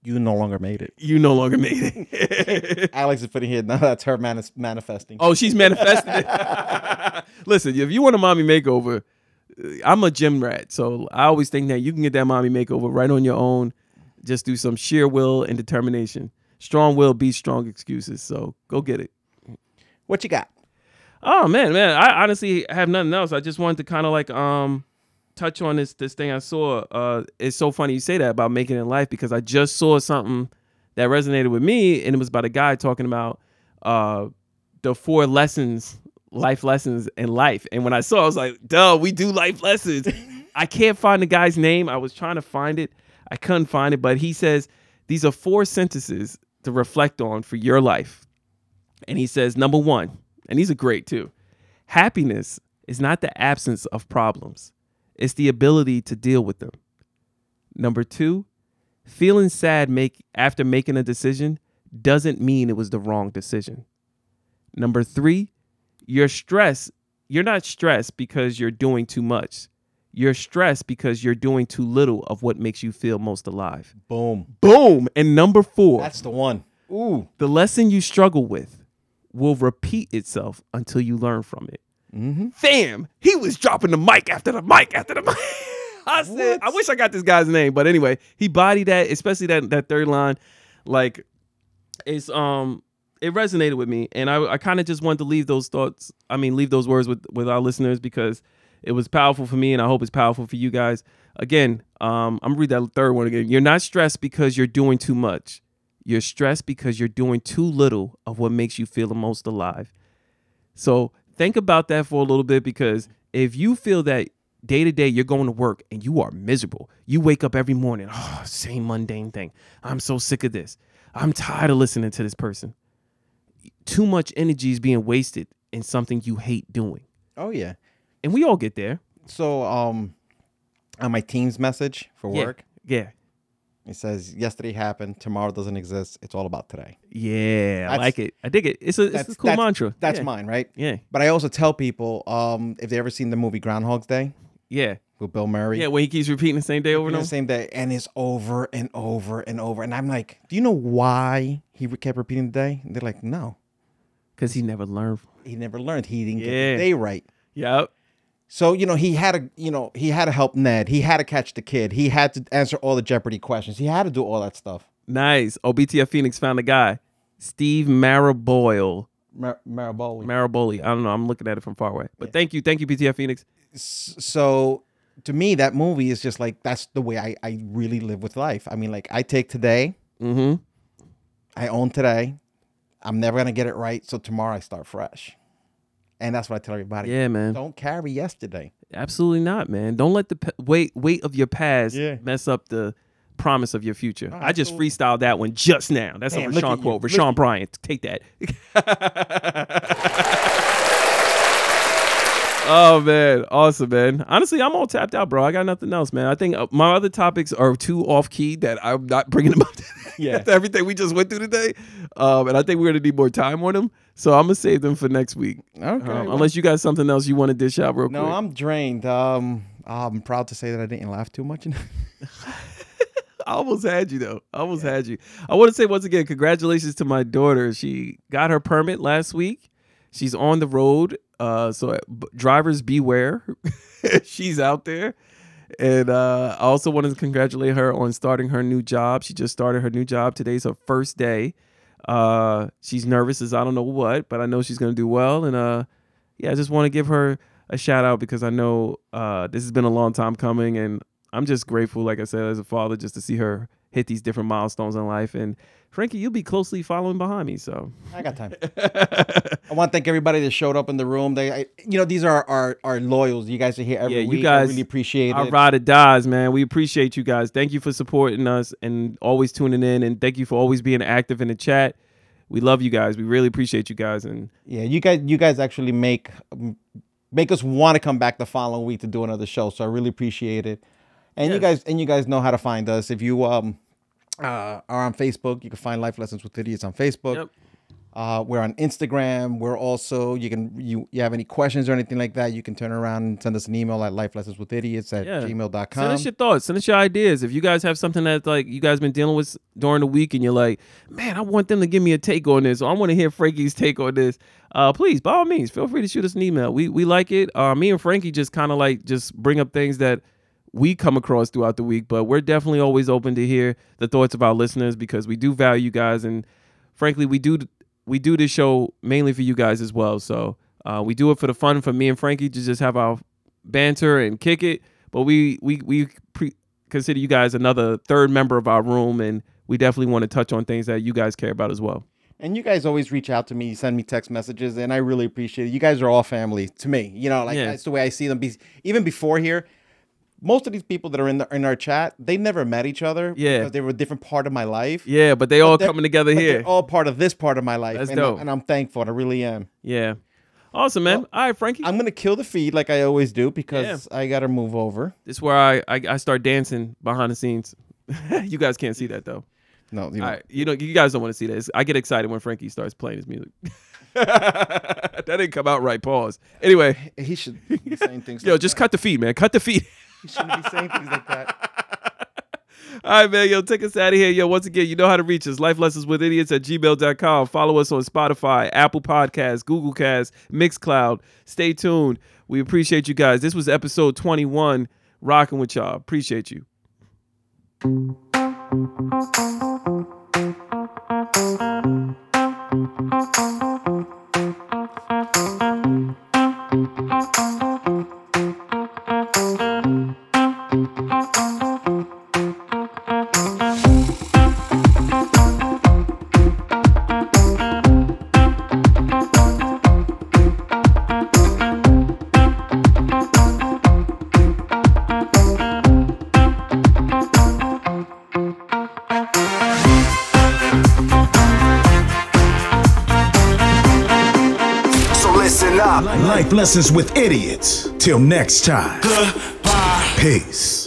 You no longer made it. you no longer made it. Alex is putting here. [LAUGHS] Now that's her manis- manifesting. oh, she's manifesting it. [LAUGHS] Listen, if you want a mommy makeover, uh, I'm a gym rat, so I always think that you can get that mommy makeover right on your own. Just do some sheer will and determination. Strong will beats strong excuses. So go get it. What you got? Oh man, man, I honestly have nothing else. I just wanted to kind of like um touch on this this thing I saw. Uh it's so funny you say that about making it in life because I just saw something that resonated with me and it was about a guy talking about uh the four lessons, life lessons in life. And when I saw it, I was like, duh, we do life lessons. I can't find the guy's name. I was trying to find it. I couldn't find it, but he says these are four sentences to reflect on for your life. And he says, number one, and these are great too happiness is not the absence of problems, it's the ability to deal with them. Number two, feeling sad make, after making a decision doesn't mean it was the wrong decision. Number three, your stress, you're not stressed because you're doing too much. You're stressed because you're doing too little of what makes you feel most alive. Boom. Boom. And number four That's the one. Ooh. the lesson you struggle with will repeat itself until you learn from it. Fam, he was dropping the mic after the mic after the mic. [LAUGHS] I said, I wish I got this guy's name, but anyway, he bodied that, especially that that third line. Like, it's um, it resonated with me, and I I kind of just wanted to leave those thoughts. I mean, leave those words with with our listeners because it was powerful for me, and I hope it's powerful for you guys. Again, um, I'm gonna read that third one again. You're not stressed because you're doing too much. You're stressed because you're doing too little of what makes you feel the most alive. So think about that for a little bit because if you feel that day to day you're going to work and you are miserable, you wake up every morning, oh, same mundane thing. I'm so sick of this. I'm tired of listening to this person. Too much energy is being wasted in something you hate doing. Oh yeah. And we all get there. So um, on my team's message for Yeah. work, Yeah. It says, yesterday happened, tomorrow doesn't exist. It's all about today. Yeah, I That's- like it. I dig it. It's a, it's a cool that's, mantra. That's yeah. mine, right? Yeah. But I also tell people um, if they ever seen the movie Groundhog's Day Yeah. with Bill Murray. Yeah, where he keeps repeating the same day over and the over. same day, and it's over and over and over. And I'm like, do you know why he re- kept repeating the day? And they're like, no, Because he never learned. he never learned. He didn't Yeah. get the day right. Yep. So you know he had to you know he had to help Ned. He had to catch the kid. He had to answer all the Jeopardy questions. He had to do all that stuff. Nice. Oh, BTF Phoenix found a guy. Steve Maraboyle. Mar- Maraboli. Maraboli. I don't know. I'm looking at it from far away. But thank you. Thank you, BTF Phoenix. so to me, that movie is just like that's the way I I really live with life. I mean, like I take today. Mm-hmm. I own today. I'm never gonna get it right, so tomorrow I start fresh. And that's what I tell everybody. Yeah, man. Don't carry yesterday. Absolutely not, man. Don't let the pe- weight weight of your past Yeah. mess up the promise of your future. I just freestyled that one just now. That's Damn, a look at Rashawn you. quote. Look Rashawn Bryant. Take [LAUGHS] that. oh man, awesome, man. Honestly, I'm all tapped out, bro. I got nothing else, man. I think uh, my other topics are too off key that I'm not bringing them up. [LAUGHS] Yeah. after everything we just went through today, um, and I think we're gonna need more time on them. So I'm gonna save them for next week. Okay, Um, well- unless you got something else you want to dish out real No, quick. I'm drained. Um, I'm proud to say that I didn't laugh too much. [LAUGHS] [LAUGHS] I almost had you though. I almost had you. I want to say once again, congratulations to my daughter. She got her permit last week. She's on the road. Uh, so uh, b- drivers beware. [LAUGHS] She's out there. And uh, I also wanted to congratulate her on starting her new job. She just started her new job. Today's her first day. Uh, she's nervous as I don't know what, but I know she's gonna do well. And uh, yeah, I just want to give her a shout out because I know uh, this has been a long time coming, and I'm just grateful, like I said, as a father, just to see her hit these different milestones in life. And Frankie, you'll be closely following behind me, so I got time. I want to thank everybody that showed up in the room. They, I, you know, these are our, our loyals. You guys are here every yeah, week. you guys I really appreciate Our it. ride or dies, man. We appreciate you guys. Thank you for supporting us and always tuning in, and thank you for always being active in the chat. We love you guys. We really appreciate you guys, and Yeah, you guys, you guys actually make um, make us want to come back the following week to do another show. So I really appreciate it. And you guys, and you guys know how to find us. If you um uh, are on Facebook, you can find Life Lessons with Idiots on Facebook. Yep. Uh, we're on Instagram. We're also you can you you have any questions or anything like that, you can turn around and send us an email at lifelessonswithidiots at Yeah. gmail.com. Send us your thoughts. Send us your ideas. If you guys have something that like you guys been dealing with during the week, and you're like, man, I want them to give me a take on this, or I want to hear Frankie's take on this. Uh, please, by all means, feel free to shoot us an email. We we like it. Uh, me and Frankie just kind of like just bring up things that we come across throughout the week, but we're definitely always open to hear the thoughts of our listeners because we do value you guys, and frankly, we do we do this show mainly for you guys as well. So uh, we do it for the fun for me and Frankie to just have our banter and kick it. But we we we pre- consider you guys another third member of our room, and we definitely want to touch on things that you guys care about as well. And you guys always reach out to me, send me text messages, and I really appreciate it. You guys are all family to me. You know, like Yeah. that's the way I see them. Be- even before here, most of these people that are in the in our chat, they never met each other. Yeah. because they were a different part of my life. Yeah, but they all They're- coming together but here. They're all part of this part of my life. That's and, dope. and I'm thankful. And I really am. yeah, awesome, man. all right, Frankie. I'm gonna kill the feed like I always do because I gotta move over. this is where I, I I start dancing behind the scenes. [LAUGHS] you guys can't see that though. No, you know, All right, you know, you guys don't want to see this. I get excited when Frankie starts playing his music. [LAUGHS] that didn't come out right. Pause. Anyway, he should be saying [LAUGHS] things. yo, like just that. cut the feed, man. Cut the feed. he shouldn't be saying things like that. All right, man. Yo, take us out of here. Yo, once again, you know how to reach us. Life Lessons with Idiots at gmail.com. Follow us on Spotify, Apple Podcasts, Google Cast, Mixcloud. Stay tuned. We appreciate you guys. This was episode 21. Rocking with y'all. Appreciate you. So listen up. Life lessons with idiots. Till next time. Peace.